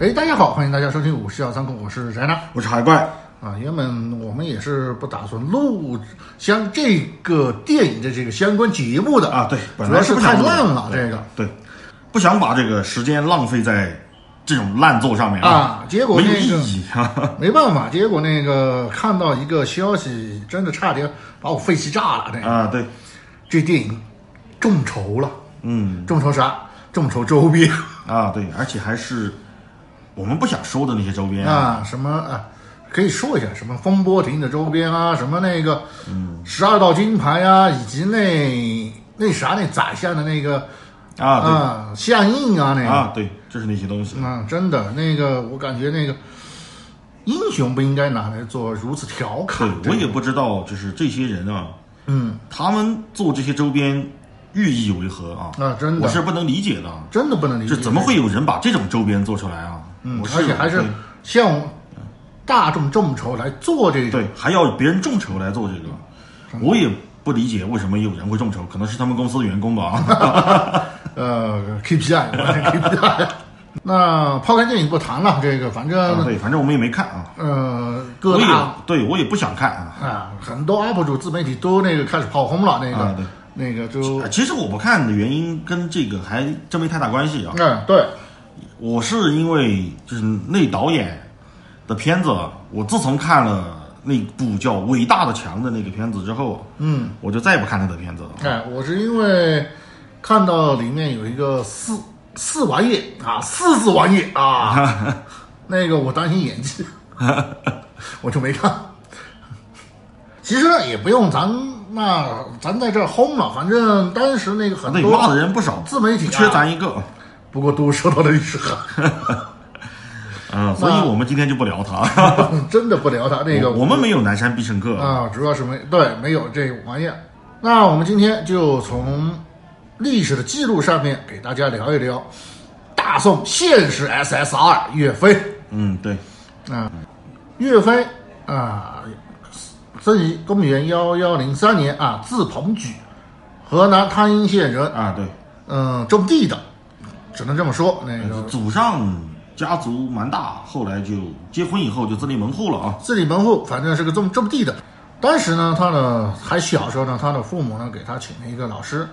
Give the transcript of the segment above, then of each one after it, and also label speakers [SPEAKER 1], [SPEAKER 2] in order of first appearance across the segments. [SPEAKER 1] 哎大家好，欢迎大家收听五十小仓库，我是翟娜
[SPEAKER 2] 我是海怪，
[SPEAKER 1] 啊。原本我们也是不打算录像这个电影的这个相关节目的
[SPEAKER 2] 啊对本
[SPEAKER 1] 主
[SPEAKER 2] 来
[SPEAKER 1] 要
[SPEAKER 2] 是
[SPEAKER 1] 是
[SPEAKER 2] 不
[SPEAKER 1] 太
[SPEAKER 2] 想录
[SPEAKER 1] 乱了
[SPEAKER 2] 对
[SPEAKER 1] 这个
[SPEAKER 2] 对，不想把这个时间浪费在这种烂作上面
[SPEAKER 1] 啊结果
[SPEAKER 2] 没有
[SPEAKER 1] 那个
[SPEAKER 2] 意义啊。
[SPEAKER 1] 没办法，结果那个看到一个消息，真的差点把我肺气炸了。这个
[SPEAKER 2] 啊，对，
[SPEAKER 1] 这电影众筹了，
[SPEAKER 2] 嗯
[SPEAKER 1] 众筹啥？众筹周边
[SPEAKER 2] 啊，对，而且还是我们不想收的那些周边，
[SPEAKER 1] 啊，什么啊，可以说一下什么风波亭的周边啊，什么那个十二道金牌啊，以及那那啥那宰相的那个
[SPEAKER 2] 啊，
[SPEAKER 1] 啊相印啊那
[SPEAKER 2] 对
[SPEAKER 1] 个
[SPEAKER 2] 啊，对，就是那些东西，
[SPEAKER 1] 啊，真的那个我感觉那个英雄不应该拿来做如此调侃
[SPEAKER 2] 对
[SPEAKER 1] 的。
[SPEAKER 2] 我也不知道，就是这些人啊，嗯，他们做这些周边寓意为何啊？
[SPEAKER 1] 啊真的
[SPEAKER 2] 我是不能理解的，啊
[SPEAKER 1] 真的不能理解，
[SPEAKER 2] 这怎么会有人把这种周边做出来啊？
[SPEAKER 1] 嗯？
[SPEAKER 2] 我是
[SPEAKER 1] 而且还是向大众众筹来做这个
[SPEAKER 2] 对，还要别人众筹来做这个，我也不理解为什么有人会众筹，可能是他们公司的员工吧 啊。
[SPEAKER 1] 呃 KPI 我的 KPI。那抛开电影不谈了，这个反正
[SPEAKER 2] 对，反正我们也没看啊，
[SPEAKER 1] 呃 各
[SPEAKER 2] 我也
[SPEAKER 1] 大
[SPEAKER 2] 对我也不想看啊。
[SPEAKER 1] 啊很多 UP 主自媒体都那个开始炮轰了，那个、
[SPEAKER 2] 啊对
[SPEAKER 1] 那个就
[SPEAKER 2] 啊其实我不看的原因跟这个还真没太大关系啊。
[SPEAKER 1] 嗯对
[SPEAKER 2] 我是因为就是那导演的片子，我自从看了那部叫《伟大的墙》的那个片子之后，嗯，我就再也不看他的片子了。
[SPEAKER 1] 哎，我是因为看到里面有一个四四玩意啊，四字玩意 啊，那个我担心演技，我就没看。其实呢，也不用咱那咱在这儿轰了，反正当时那个很
[SPEAKER 2] 对，骂
[SPEAKER 1] 多
[SPEAKER 2] 的人不少，
[SPEAKER 1] 自媒体
[SPEAKER 2] 不缺
[SPEAKER 1] 啊，
[SPEAKER 2] 咱一个。
[SPEAKER 1] 不过都受到了历史寒，
[SPEAKER 2] 嗯，所以我们今天就不聊他。
[SPEAKER 1] 真的不聊他那个
[SPEAKER 2] 我们没有南山必胜客，
[SPEAKER 1] 啊，主要是没对没有这玩意儿。那我们今天就从历史的记录上面给大家聊一聊大宋现实 SSR 岳飞。
[SPEAKER 2] 嗯，对，
[SPEAKER 1] 岳飞啊，生于公元幺幺零三年啊，字鹏举，河南汤阴县人，
[SPEAKER 2] 啊，对，
[SPEAKER 1] 嗯，种地的，只能这么说。那个
[SPEAKER 2] 祖上家族蛮大，后来就结婚以后就自立门户了啊。
[SPEAKER 1] 自立门户，反正是个种种地的。当时呢，他呢还小时候呢，他的父母呢给他请了一个老师，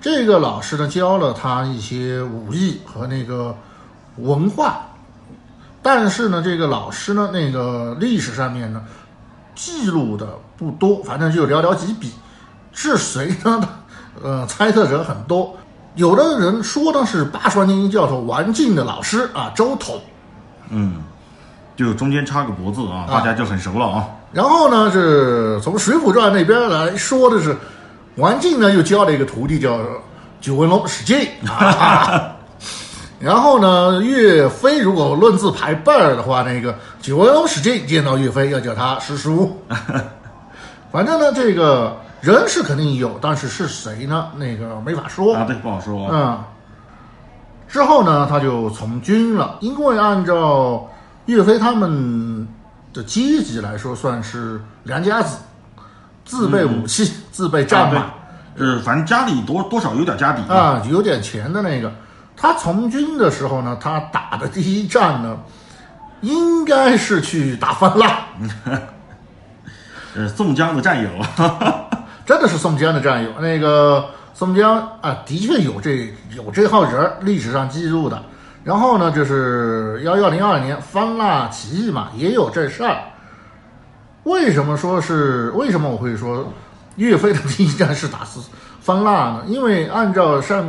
[SPEAKER 1] 这个老师呢教了他一些武艺和那个文化，但是呢，这个老师呢那个历史上面呢记录的不多，反正就寥寥几笔，是谁呢？呃，猜测者很多，有的人说呢是八十万年一教头王进的老师啊，周统。
[SPEAKER 2] 嗯，就中间插个脖子啊，大家就很熟了啊。
[SPEAKER 1] 然后呢，是从《水浒传》那边来说的是，王进呢又教了一个徒弟叫九纹龙史进。啊然后呢，岳飞如果论字排辈儿的话，那个九纹龙史进见到岳飞要叫他师叔。反正呢，这个人是肯定有，但是是谁呢？那个没法说。
[SPEAKER 2] 啊，对，不好说啊。
[SPEAKER 1] 哦嗯，之后呢，他就从军了，因为按照岳飞他们的阶级来说，算是良家子，自备武器，自备战马
[SPEAKER 2] 啊对就是反正家里多多少有点家底啊。
[SPEAKER 1] 啊、有点钱的那个。他从军的时候呢，他打的第一仗呢，应该是去打番腊，嗯
[SPEAKER 2] 呃，宋江的战友，
[SPEAKER 1] 哦真的是宋江的战友。那个宋江啊，的确有这有这号人儿，历史上记录的。然后呢，就是幺幺零二年方腊起义嘛，也有这事儿。为什么说是为什么我会说岳飞的第一战是打死方腊呢？因为按照上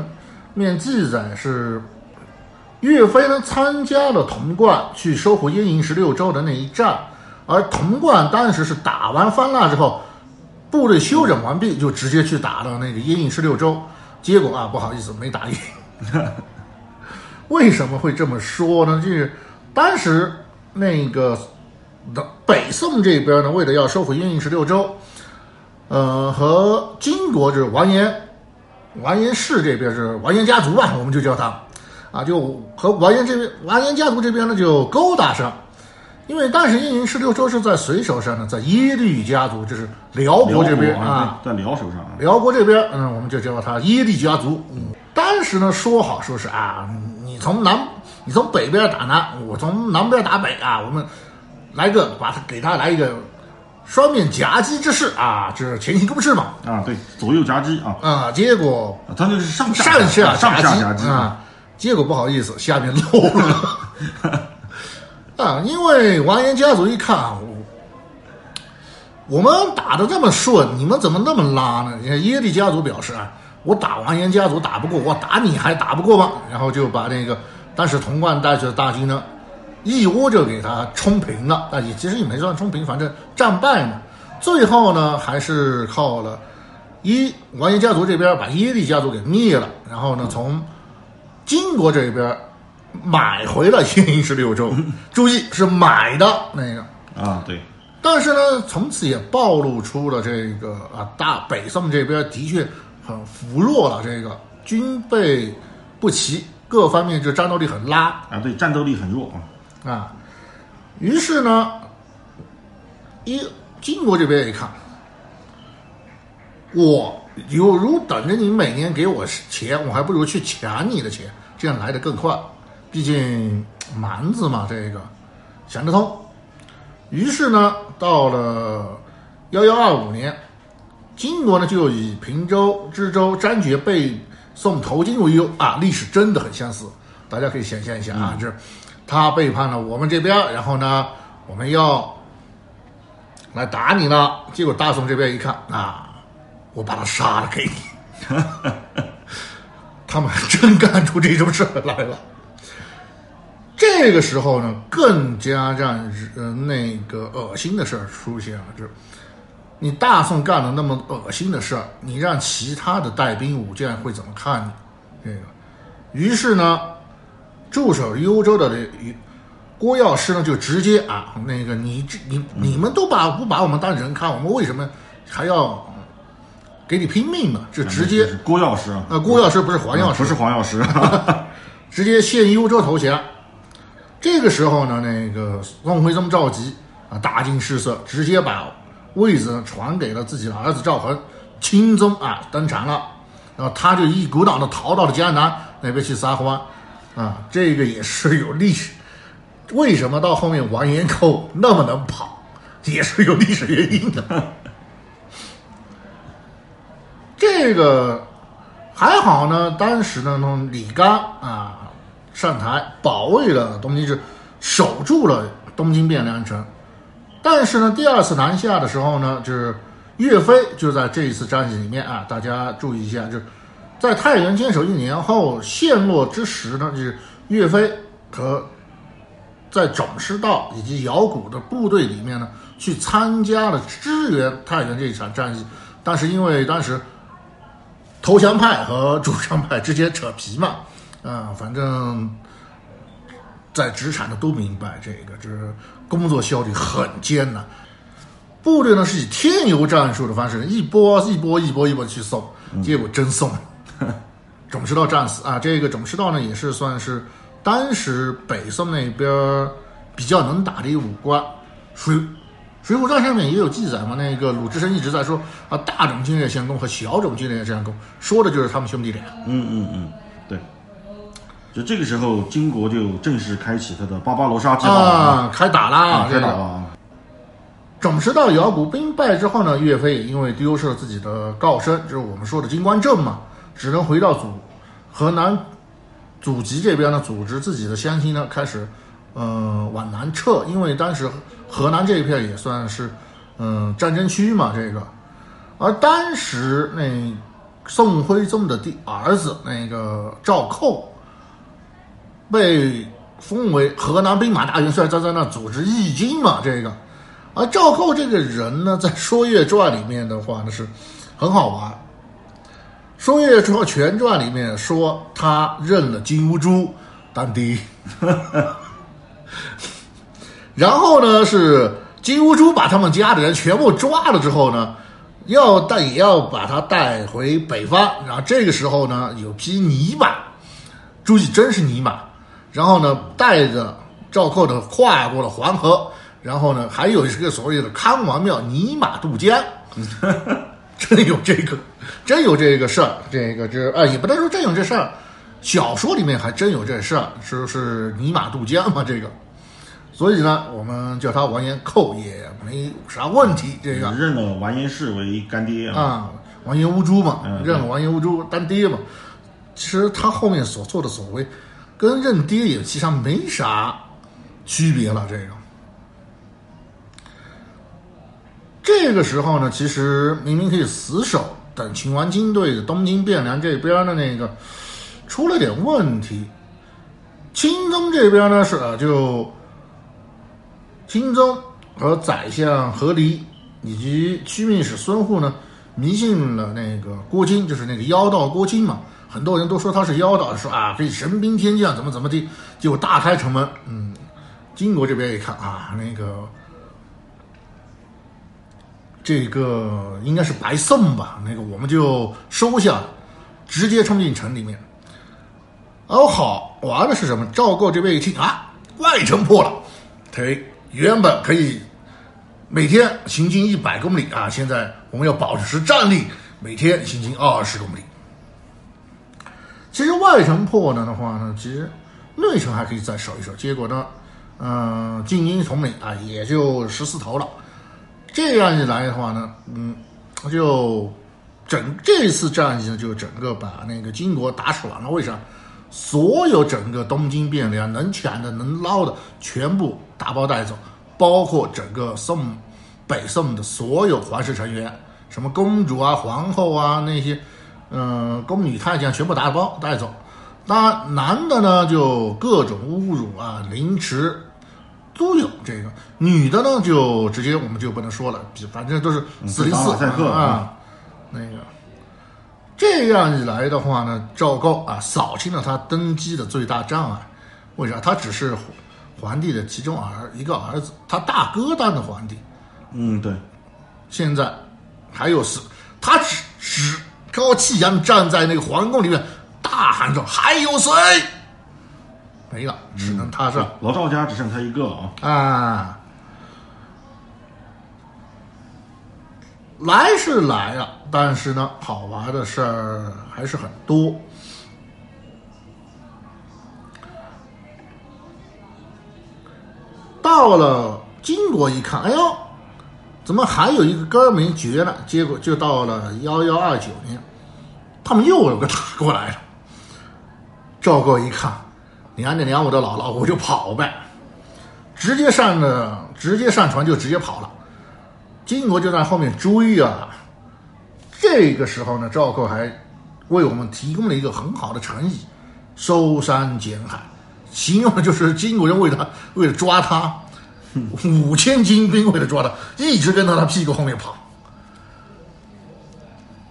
[SPEAKER 1] 面记载是。岳飞呢参加了童贯去收复燕营十六州的那一战，而童贯当时是打完方腊之后，部队休整完毕，就直接去打了那个燕营十六州，结果啊，不好意思，没打赢。 为什么会这么说呢？就是当时那个北宋这边呢，为了要收复燕营十六州，呃，和金国就是完颜完颜氏这边是完颜家族吧，我们就叫他啊，就和完颜这边完颜家族这边呢就勾搭上。因为当时燕营十六州是在随手上呢，在耶律家族，就是辽
[SPEAKER 2] 辽
[SPEAKER 1] 国这边
[SPEAKER 2] 国
[SPEAKER 1] 啊，，
[SPEAKER 2] 对在辽手上啊。
[SPEAKER 1] 辽国这边，嗯，我们就叫他耶律家族。嗯，当时呢说好说是啊，你从南你从北边打南，我从南边打北啊，我们来个把他给他来一个双面夹击之势啊，这是前行攻势嘛。
[SPEAKER 2] 啊，对，左右夹击啊，
[SPEAKER 1] 啊，结果
[SPEAKER 2] 啊他那是上下
[SPEAKER 1] 上下
[SPEAKER 2] 上下夹
[SPEAKER 1] 夹
[SPEAKER 2] 击
[SPEAKER 1] 击，啊，结果不好意思，下面漏了 啊，因为完颜家族一看啊，我我们打的这么顺，你们怎么那么拉呢？你看耶利家族表示啊，我打完颜家族打不过，我打你还打不过吗？然后就把那个当时童贯带着的大军呢，一窝就给他冲平了。啊，也其实也没算冲平，反正战败嘛。最后呢，还是靠了一完颜家族这边把耶利家族给灭了，然后呢，从金国这边买回了燕云十六州， 注意是买的那个。
[SPEAKER 2] 啊，对，
[SPEAKER 1] 但是呢，从此也暴露出了这个啊，大北宋这边的确很薄弱了，这个军备不齐，各方面就战斗力很拉
[SPEAKER 2] 啊，对，战斗力很弱啊，
[SPEAKER 1] 啊。于是呢，一金国这边一看，我有如等着你每年给我钱，我还不如去抢你的钱，这样来的更快。毕竟蛮子嘛，这个想得通。于是呢，到了幺幺二五年，金国呢就以平州、知州、占爵被送投京为由啊，历史真的很相似，大家可以想象一下啊，这他背叛了我们这边，然后呢，我们要来打你了，结果大宋这边一看啊，我把他杀了给你，他们还真干出这种事儿来了。这个时候呢，更加让人呃那个恶心的事儿出现了，啊就是你大宋干了那么恶心的事儿，你让其他的带兵武将会怎么看你？这个，于是呢，驻守幽州的这郭药师呢，就直接啊，那个你这你你们都把不把我们当人看，我们为什么还要给你拼命呢？就直接
[SPEAKER 2] 就是郭药师啊，
[SPEAKER 1] 啊，郭药师不是黄药师
[SPEAKER 2] 不，是黄药师，啊
[SPEAKER 1] 直接献幽州投降。这个时候呢，那个宋徽宗赵佶啊，大惊失色，直接把位子传给了自己的儿子赵恒，钦宗啊登场了。然后他就一股脑的逃到了江南那边去撒欢啊，这个也是有历史。为什么到后面完颜寇那么能跑，也是有历史原因的。 这个还好呢，当时呢，那李纲啊上台保卫了东京，是守住了东京汴梁城。但是呢，第二次南下的时候呢，就是岳飞就在这一次战役里面啊，大家注意一下，就是在太原坚守一年后陷落之时呢，就是岳飞和在总师道以及姚谷的部队里面呢，去参加了支援太原这一场战役。但是因为当时投降派和主张派之间扯皮嘛，啊、反正在职场的都明白这个，这工作效率很艰难。部队呢是以天游战术的方式，一波一波一波一波地去送，结果真送了。总师道战死啊，这个总师道呢也是算是当时北宋那边儿比较能打的一个武官。水水浒传上面也有记载嘛，那个鲁智深一直在说啊，大总军略相公和小总军略相公，说的就是他们兄弟俩。
[SPEAKER 2] 嗯嗯嗯，对，就这个时候，金国就正式开启他的巴巴罗莎计划了
[SPEAKER 1] 啊，开打啦！
[SPEAKER 2] 啊，
[SPEAKER 1] 这
[SPEAKER 2] 开
[SPEAKER 1] 个
[SPEAKER 2] 打了啊，
[SPEAKER 1] 总师道姚谷兵败之后呢，岳飞也因为丢失了自己的告身，就是我们说的金冠阵嘛，只能回到祖河南祖籍这边呢，组织自己的乡亲呢，开始呃往南撤，因为当时河南这一片也算是嗯、战争区嘛，这个。而当时那宋徽宗的第儿子那个赵构，被封为河南兵马大元帅，在在那组织义军嘛，这个。而啊赵构这个人呢，在《说岳传》里面的话呢是很好玩，《说岳传全传》里面说他认了金兀术当爹，然后呢是金兀术把他们家的人全部抓了之后呢，要带也要把他带回北方，然后这个时候呢有匹泥马，注意真是泥马，然后呢带着赵构呢跨过了黄河，然后呢还有一个所谓的康王庙泥马渡江。呃真有这个，真有这个事儿，这个这啊，也不能说真有这事儿，小说里面还真有这事儿，是是尼玛渡江嘛这个，所以呢，我们叫他完颜寇也没啥问题。这个
[SPEAKER 2] 认了完颜氏为干爹啊，
[SPEAKER 1] 啊，完颜乌珠嘛，
[SPEAKER 2] 嗯
[SPEAKER 1] 认了完颜乌珠当爹嘛。其实他后面所做的所为，跟认爹也其实没啥区别了。这个，这个时候呢，其实明明可以死守，等秦王军队的东京汴梁这边的那个出了点问题，钦宗这边呢是呃就钦宗和宰相何离以及区命使孙护呢，迷信了那个郭靖，就是那个妖道郭靖嘛。很多人都说他是妖道，说啊可以神兵天降，怎么怎么的，结果大开城门。嗯，金国这边一看啊，那个这个应该是白送吧，那个我们就收下，直接冲进城里面。哦，好玩的是什么？赵构这边一听啊，外城破了，对，原本可以每天行进一百公里啊，现在我们要保持战力，每天行进二十公里。其实外城破了的话呢，其实内城还可以再守一守。结果呢，嗯、晋英统领啊，也就十四头了。这样一来的话呢，嗯，就整这次战役呢，就整个把那个金国打爽了。为啥？所有整个东京汴梁能抢的、能捞的，全部打包带走，包括整个宋北宋的所有皇室成员，什么公主啊、皇后啊那些，嗯、宫女太监全部打包带走。啊那呃男的呢，就各种侮辱啊、凌迟，都有这个。女的呢，就直接我们就不能说了，比反正都是四零四
[SPEAKER 2] 打马赛克
[SPEAKER 1] 啊，那个。这样一来的话呢，赵高啊扫清了他登基的最大障碍。为啥？他只是皇帝的其中儿一个儿子，他大哥当的皇帝。
[SPEAKER 2] 嗯，对，
[SPEAKER 1] 现在还有是，他只趾高气扬地站在那个皇宫里面，大喊着：“还有谁？”没了，只能他上。
[SPEAKER 2] 老赵家只剩他一个啊，
[SPEAKER 1] 啊，来是来了，但是呢，好玩的事儿还是很多。到了金国一看，哎呦，怎么还有一个哥没绝呢？结果就到了幺幺二九年，他们又有个打过来了。赵构一看，娘的娘我的姥姥，我就跑呗。直接上了，直接上船就直接跑了。金国就在后面追啊。这个时候呢，赵构还为我们提供了一个很好的成语“收山捡海”，形容的就是金国人为了为了抓他，五千精兵为了抓他，一直跟到他屁股后面跑。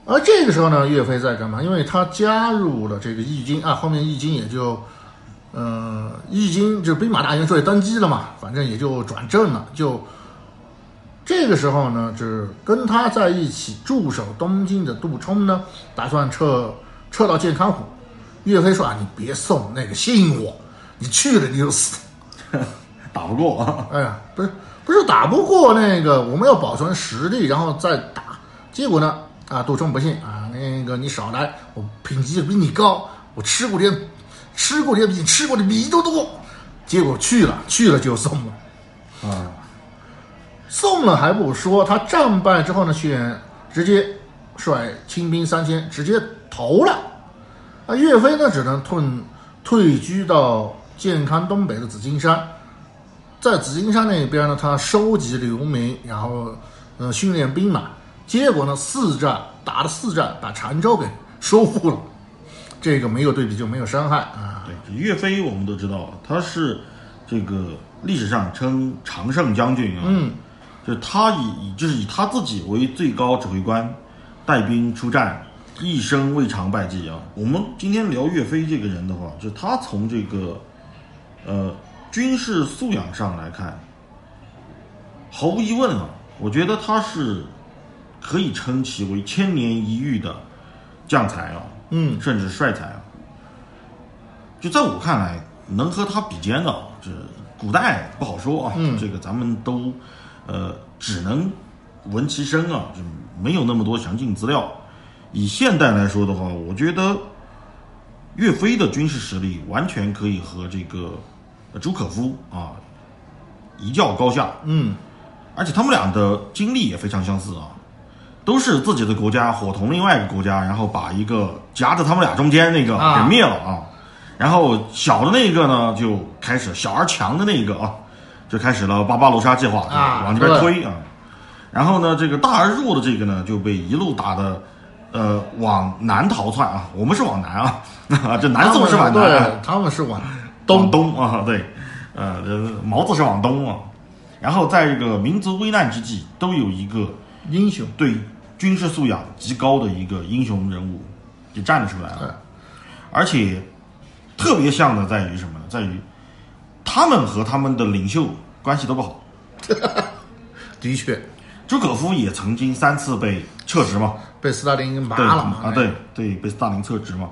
[SPEAKER 1] 而这个时候呢，岳飞在干嘛？因为他加入了这个义军啊，后面义军也就嗯，易经就兵马大元帅登基了嘛，反正也就转正了。就这个时候呢，就是跟他在一起驻守东京的杜充呢，打算撤撤到健康府。岳飞说：“啊，你别送那个，信我，你去了你就死。”
[SPEAKER 2] 打不过啊，
[SPEAKER 1] 哎呀，不是不是打不过那个，我们要保存实力，然后再打。结果呢，啊，杜充不信啊，那个你少来，我品级比你高，我吃过的吃过的比你吃过的米都多。结果去了去了就送了，
[SPEAKER 2] 啊，
[SPEAKER 1] 送了还不说，他战败之后呢，却直接率清兵三千直接投了。那岳飞呢，只能退退居到健康东北的紫金山，在紫金山那边呢，他收集流民，然后呃训练兵马，结果呢，四战打了四战，把常州给收复了。这个没有对比就没有伤害啊，
[SPEAKER 2] 对，这岳飞我们都知道，他是这个历史上称常胜将军啊，嗯，就是他以以就是以他自己为最高指挥官，带兵出战，一生未尝败绩啊。我们今天聊岳飞这个人的话，就是他从这个呃军事素养上来看，毫无疑问啊，我觉得他是可以称其为千年一遇的将才啊，
[SPEAKER 1] 嗯，
[SPEAKER 2] 甚至帅才啊。就在我看来，能和他比肩的啊，这古代不好说啊，这个咱们都呃只能闻其声啊，就没有那么多详尽资料。以现代来说的话，我觉得岳飞的军事实力完全可以和这个呃朱可夫啊一较高下。
[SPEAKER 1] 嗯，
[SPEAKER 2] 而且他们俩的经历也非常相似啊，都是自己的国家伙同另外一个国家，然后把一个夹在他们俩中间那个
[SPEAKER 1] 啊
[SPEAKER 2] 给灭了啊。然后小的那个呢，就开始小而强的那个啊，就开始了巴巴罗莎计划，对吧
[SPEAKER 1] 啊
[SPEAKER 2] 往这边
[SPEAKER 1] 对
[SPEAKER 2] 推啊。然后呢，这个大而弱的这个呢，就被一路打的，呃，往南逃窜啊。我们是往南啊， 这南宋是往南啊，
[SPEAKER 1] 对，他们是往
[SPEAKER 2] 往
[SPEAKER 1] 东，
[SPEAKER 2] 东啊，对，呃，毛子是往东啊。然后在这个民族危难之际，都有一个
[SPEAKER 1] 英雄。
[SPEAKER 2] 对军事素养极高的一个英雄人物就站了出来
[SPEAKER 1] 对
[SPEAKER 2] 了。而且特别像的在于什么呢？在于他们和他们的领袖关系都不好。
[SPEAKER 1] 的确，
[SPEAKER 2] 朱可夫也曾经三次被撤职嘛，
[SPEAKER 1] 被斯大林给
[SPEAKER 2] 对
[SPEAKER 1] 麻了嘛？
[SPEAKER 2] 啊，对对，被斯大林撤职嘛。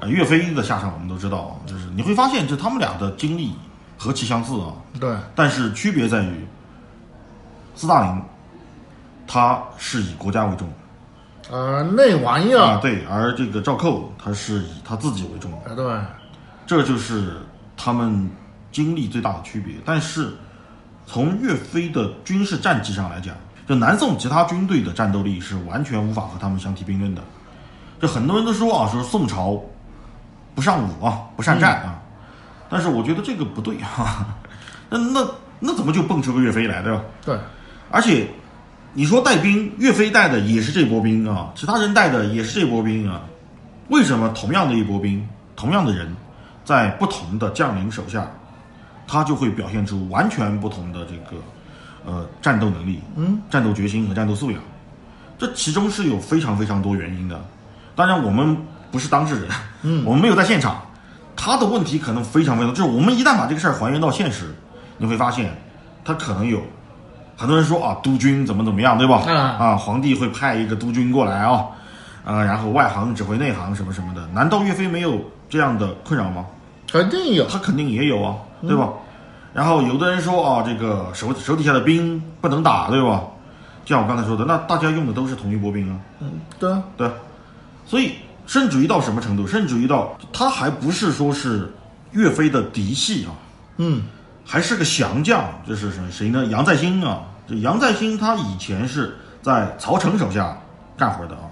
[SPEAKER 2] 呃，岳飞的下场我们都知道啊，就是你会发现，就他们俩的经历何其相似啊。
[SPEAKER 1] 对，
[SPEAKER 2] 但是区别在于，斯大林他是以国家为重
[SPEAKER 1] 呃，那玩意
[SPEAKER 2] 啊，
[SPEAKER 1] 儿，
[SPEAKER 2] 对，而这个赵构他是以他自己为重，
[SPEAKER 1] 呃，对，
[SPEAKER 2] 这就是他们经历最大的区别。但是从岳飞的军事战绩上来讲，就南宋其他军队的战斗力是完全无法和他们相提并论的。就很多人都说啊，说宋朝不尚武啊，不善战啊，但是我觉得这个不对啊， 那那那怎么就蹦出个岳飞来，对吧？
[SPEAKER 1] 对，
[SPEAKER 2] 而且你说带兵，岳飞带的也是这波兵啊，其他人带的也是这波兵啊，为什么同样的一波兵，同样的人，在不同的将领手下，他就会表现出完全不同的这个呃战斗能力、嗯，战斗决心和战斗素养，这其中是有非常非常多原因的。当然，我们不是当事人，嗯，我们没有在现场，他的问题可能非常非常，就是我们一旦把这个事儿还原到现实，你会发现，他可能有很多人说啊，督军怎么怎么样，对吧？
[SPEAKER 1] 嗯
[SPEAKER 2] 啊，皇帝会派一个督军过来啊，啊，然后外行指挥内行什么什么的，难道岳飞没有这样的困扰吗？
[SPEAKER 1] 肯定有，
[SPEAKER 2] 他肯定也有啊，对吧？然后有的人说啊，这个手手底下的兵不能打，对吧？就像我刚才说的，那大家用的都是同一波兵啊，
[SPEAKER 1] 嗯，对，
[SPEAKER 2] 对，所以甚至于到什么程度？甚至于到他还不是说是岳飞的嫡系啊，
[SPEAKER 1] 嗯，
[SPEAKER 2] 还是个降将，这是谁谁呢？杨再兴啊，这杨再兴他以前是在曹诚手下干活的啊。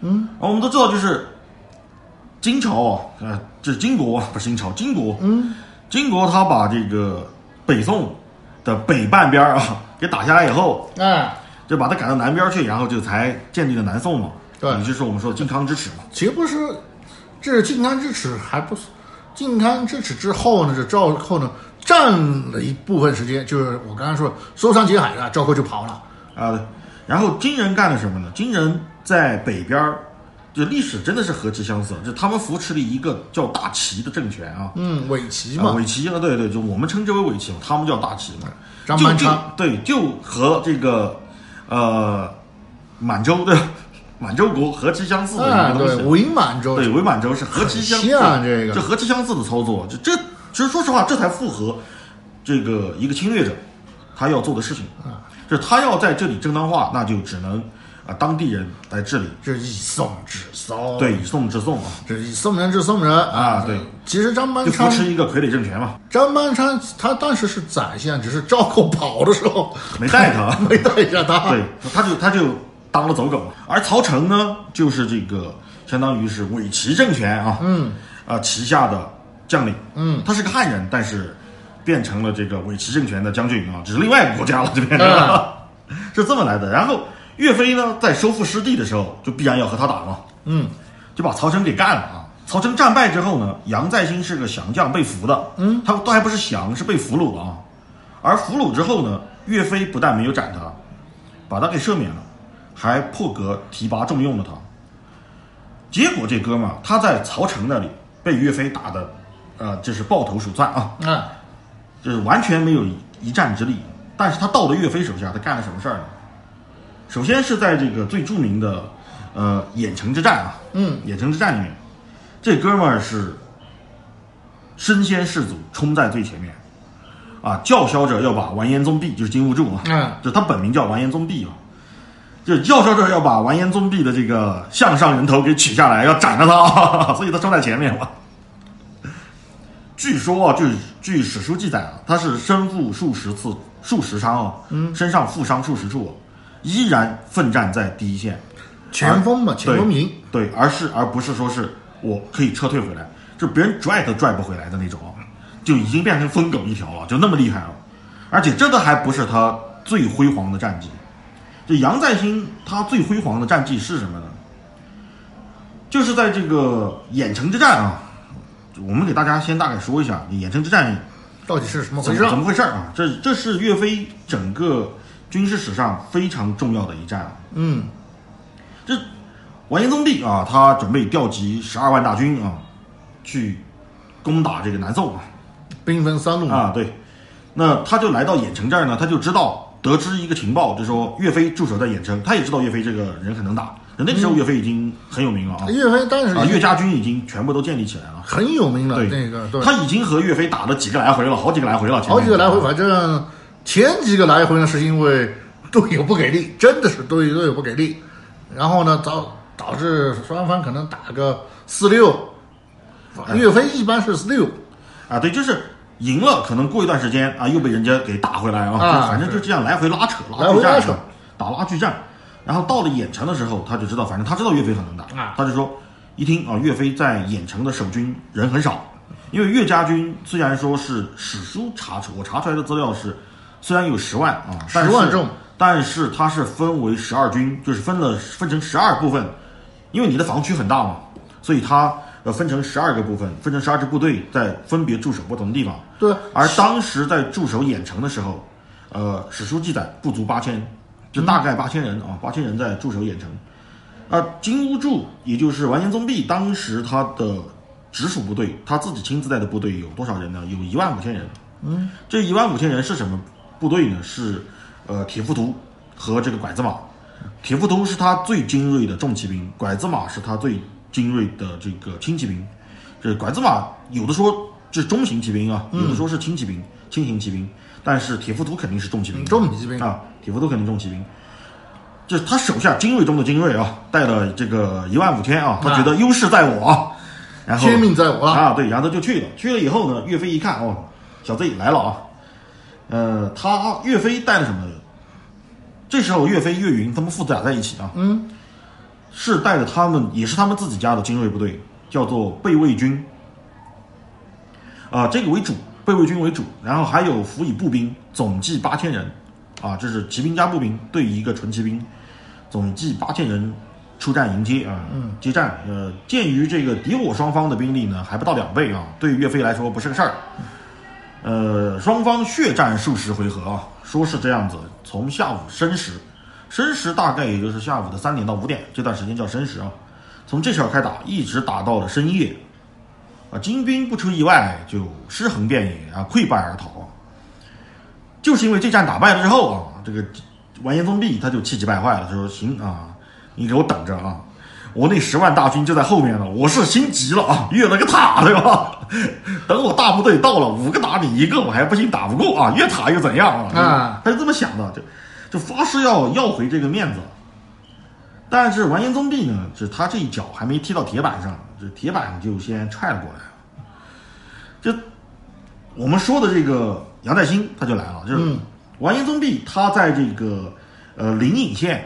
[SPEAKER 1] 嗯，
[SPEAKER 2] 啊，我们都知道，就是金朝啊，呃，这是金国不是金朝，金国，嗯，金国他把这个北宋的北半边儿啊 给打下来以后，
[SPEAKER 1] 哎，
[SPEAKER 2] 就把它赶到南边去，然后就才建立了南宋嘛。
[SPEAKER 1] 对
[SPEAKER 2] 也就是我们说的靖康之耻嘛。
[SPEAKER 1] 岂不是这是靖康之耻还不是？靖康之耻之后呢，这赵构呢占了一部分时间，就是我刚才说搜山劫海的赵构就跑了，
[SPEAKER 2] 啊，然后金人干了什么呢？金人在北边儿，就历史真的是何其相似，就他们扶持了一个叫大齐的政权啊，
[SPEAKER 1] 嗯，伪齐
[SPEAKER 2] 啊
[SPEAKER 1] 嘛，
[SPEAKER 2] 伪齐啊，对对，就我们称之为伪齐嘛，他们叫大齐嘛。
[SPEAKER 1] 张
[SPEAKER 2] 就
[SPEAKER 1] 班
[SPEAKER 2] 就
[SPEAKER 1] 昌
[SPEAKER 2] 对，就和这个呃满洲的满洲国何其相似的
[SPEAKER 1] 哎，
[SPEAKER 2] 一个东
[SPEAKER 1] 对，
[SPEAKER 2] 西。
[SPEAKER 1] 伪满洲，
[SPEAKER 2] 对，伪满洲是何其相似，
[SPEAKER 1] 很像这个
[SPEAKER 2] 就何其相似的操作，就这其实说实话，这才符合这个一个侵略者他要做的事情，就是他要在这里正当化，那就只能啊、当地人来治理，
[SPEAKER 1] 这以宋治宋，，
[SPEAKER 2] 对，以宋治宋啊，
[SPEAKER 1] 这以宋人治宋人
[SPEAKER 2] 啊对，
[SPEAKER 1] 其实张班
[SPEAKER 2] 就扶
[SPEAKER 1] 昌
[SPEAKER 2] 持一个傀儡政权嘛，
[SPEAKER 1] 张班昌他当时是宰相，只是赵构跑的时 候
[SPEAKER 2] 没带他
[SPEAKER 1] 没带下他。
[SPEAKER 2] 对，他就他就当了走狗嘛。而曹诚呢，就是这个相当于是伪齐政权啊，嗯，啊、旗下的将领，嗯，他是个汉人，但是变成了这个伪齐政权的将军啊，只是另外一个国家了，这变成了， 是这么来的。然后岳飞呢，在收复失地的时候，就必然要和他打嘛，
[SPEAKER 1] 嗯，
[SPEAKER 2] 就把曹诚给干了啊。曹诚战败之后呢，杨再兴是个降将，被俘的。嗯，他都还不是降，是被俘虏啊。而俘虏之后呢，岳飞不但没有斩他，把他给赦免了，还破格提拔重用了他。结果这哥们儿他在曹诚那里被岳飞打的，呃，就是抱头鼠窜啊，
[SPEAKER 1] 啊，
[SPEAKER 2] 就是完全没有一战之力。但是他到了岳飞手下，他干了什么事儿呢？首先是在这个最著名的，呃，郾城之战啊，
[SPEAKER 1] 嗯，
[SPEAKER 2] 郾城之战里面，这哥们儿是身先士卒，冲在最前面，啊，叫嚣着要把完颜宗弼，就是金兀术啊，
[SPEAKER 1] 嗯
[SPEAKER 2] 就他本名叫完颜宗弼啊，就叫嚣着要 把完颜宗弼的这个项上人头给取下来，要斩了他啊，所以他冲在前面嘛。据说啊，据据史书记载啊，他是身负数十次数十伤啊，嗯，身上负伤数十处啊，依然奋战在第一线。
[SPEAKER 1] 前锋嘛，前锋营，
[SPEAKER 2] 对，而是而不是说是我可以撤退回来，就别人拽都拽不回来的那种，就已经变成疯狗一条了，就那么厉害了。而且这都还不是他最辉煌的战绩，就杨再兴他最辉煌的战绩是什么呢？就是在这个郾城之战啊，我们给大家先大概说一下郾城之战
[SPEAKER 1] 到底是什么
[SPEAKER 2] 怎
[SPEAKER 1] 回
[SPEAKER 2] 么
[SPEAKER 1] 事？
[SPEAKER 2] 怎么回事儿啊？这这是岳飞整个军事史上非常重要的一战啊。
[SPEAKER 1] 嗯，
[SPEAKER 2] 这完颜宗弼啊，他准备调集十二万大军啊，去攻打这个南宋啊。
[SPEAKER 1] 兵分三路嘛，
[SPEAKER 2] 啊，对，那他就来到郾城这儿呢，他就知道得知一个情报，就说岳飞驻守在郾城，他也知道岳飞这个人很能打。那个时候岳飞已经很有名了啊，
[SPEAKER 1] 岳飞当时
[SPEAKER 2] 啊，
[SPEAKER 1] 已
[SPEAKER 2] 岳
[SPEAKER 1] 经
[SPEAKER 2] 家军已经全部都建立起来了。
[SPEAKER 1] 很有名了，
[SPEAKER 2] 对，
[SPEAKER 1] 呃那个对，
[SPEAKER 2] 他已经和岳飞打了几个来回了，好几个来回了，前面
[SPEAKER 1] 好几个来回，反正前几个来回呢是因为队友不给力， 真的是队队友不给力，然后呢导导致双方可能打个四六，岳飞一般是四六，
[SPEAKER 2] 啊，对，就是赢了，可能过一段时间啊，又被人家给打回来啊，
[SPEAKER 1] 啊
[SPEAKER 2] 就反正就这样来回拉扯，
[SPEAKER 1] 来
[SPEAKER 2] 拉
[SPEAKER 1] 回
[SPEAKER 2] 锯
[SPEAKER 1] 拉
[SPEAKER 2] 战，
[SPEAKER 1] 扯
[SPEAKER 2] 打拉锯战。然后到了郾城的时候，他就知道，反正他知道岳飞很能打，
[SPEAKER 1] 啊
[SPEAKER 2] 他就说，一听啊，岳飞在郾城的守军人很少，因为岳家军虽然说是史书查出，我查出来的资料是，虽然有十万啊，但是
[SPEAKER 1] 10万众，
[SPEAKER 2] 但是它是分为十二军，就是分了分成十二部分，因为你的防区很大嘛，所以它呃分成十二个部分，分成十二支部队，在分别驻守不同的地方。
[SPEAKER 1] 对，
[SPEAKER 2] 而当时在驻守郾城的时候，呃，史书记载不足八千，就大概八千人啊，八千人在驻守郾城。啊，金兀术也就是完颜宗弼，当时他的直属部队，他自己亲自带的部队有多少人呢？有一万五千人。嗯，这一万五千人是什么部队呢？是呃铁浮屠和这个拐子马。铁浮屠是他最精锐的重骑兵，拐子马是他最精锐的这个轻骑兵。这拐子马有的说是中型骑兵啊，有
[SPEAKER 1] 嗯
[SPEAKER 2] 的说是轻骑兵、轻型骑兵，但是铁浮屠肯定是重骑兵。
[SPEAKER 1] 嗯重骑兵
[SPEAKER 2] 啊，铁浮屠肯定重骑兵。就是他手下精锐中的精锐啊，带了这个一万五千啊，他觉得优势在我啊，然后
[SPEAKER 1] 天命在我了，
[SPEAKER 2] 啊，对，然后他就去了。去了以后呢，岳飞一看哦，小子也来了啊，呃，他岳飞带了什么？这时候岳飞、岳云他们父子俩在一起啊，
[SPEAKER 1] 嗯，
[SPEAKER 2] 是带着他们，也是他们自己家的精锐部队，叫做备卫军，啊、这个为主，备卫军为主，然后还有辅以步兵，总计八千人，啊，这是骑兵加步兵对一个纯骑兵，总计八千人出战迎接啊，接战。呃，鉴于这个敌我双方的兵力呢还不到两倍啊，对于岳飞来说不是个事儿。呃，双方血战数十回合啊，说是这样子，从下午申时，申时大概也就是下午的三点到五点这段时间叫申时啊，从这时候开打，一直打到了深夜，啊，金兵不出意外就尸横遍野啊，溃败而逃啊。就是因为这战打败了之后啊，这个完颜宗弼他就气急败坏了，他说：“行啊，你给我等着啊，我那十万大军就在后面了，我是心急了啊，越了个塔对吧？等我大部队到了，五个打你一个，我还不信打不过啊，越塔又怎样啊？
[SPEAKER 1] 啊
[SPEAKER 2] 他就这么想的，就就发誓要要回这个面子。但是完颜宗弼呢，这他这一脚还没踢到铁板上，这铁板就先踹了过来了。啊这我们说的这个杨再兴他就来了，就是完颜宗弼他在这个呃灵隐县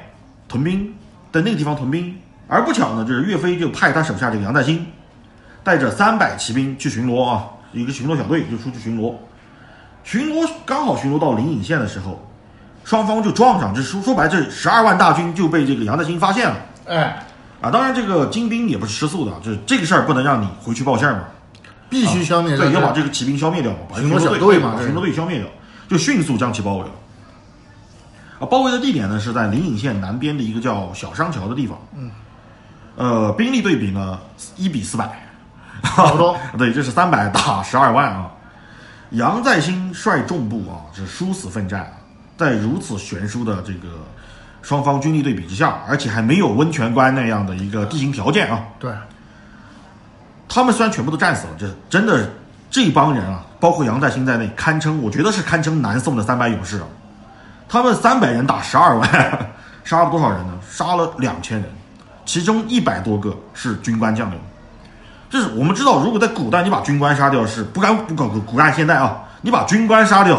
[SPEAKER 2] 屯兵，在那个地方屯兵，而不巧呢，就是岳飞就派他手下这个杨再兴，带着三百骑兵去巡逻啊，一个巡逻小队就出去巡逻，巡逻刚好巡逻到灵隐县的时候，双方就撞上，这说说白了，这十二万大军就被这个杨再兴发现了。
[SPEAKER 1] 哎，
[SPEAKER 2] 啊，当然，这个金兵也不是吃素的，就是这个事儿不能让你回去报信儿嘛，
[SPEAKER 1] 必须消灭
[SPEAKER 2] 对，
[SPEAKER 1] 这
[SPEAKER 2] 要把
[SPEAKER 1] 个，
[SPEAKER 2] 这个骑兵消灭掉嘛，把
[SPEAKER 1] 巡逻小队
[SPEAKER 2] 队
[SPEAKER 1] 嘛
[SPEAKER 2] 把
[SPEAKER 1] 对
[SPEAKER 2] 巡逻队消灭掉，就迅速将其包围了。啊，包围的地点呢是在灵隐县南边的一个叫小商桥的地方。嗯，呃，兵力对比呢一比四百，
[SPEAKER 1] 差不多
[SPEAKER 2] 对，这是三百打十二万啊。杨再兴率众部啊，是殊死奋战啊，在如此悬殊的这个双方军力对比之下，而且还没有温泉关那样的一个地形条件啊，
[SPEAKER 1] 对，
[SPEAKER 2] 他们虽然全部都战死了，这真的这帮人啊，包括杨再兴在内，堪称我觉得是堪称南宋的三百勇士啊。他们三百人打十二万， 杀了多少人呢？杀了两千人，其中一百多个是军官将领。这是我们知道，如果在古代你把军官杀掉是不敢不搞古代现代啊，你把军官杀掉，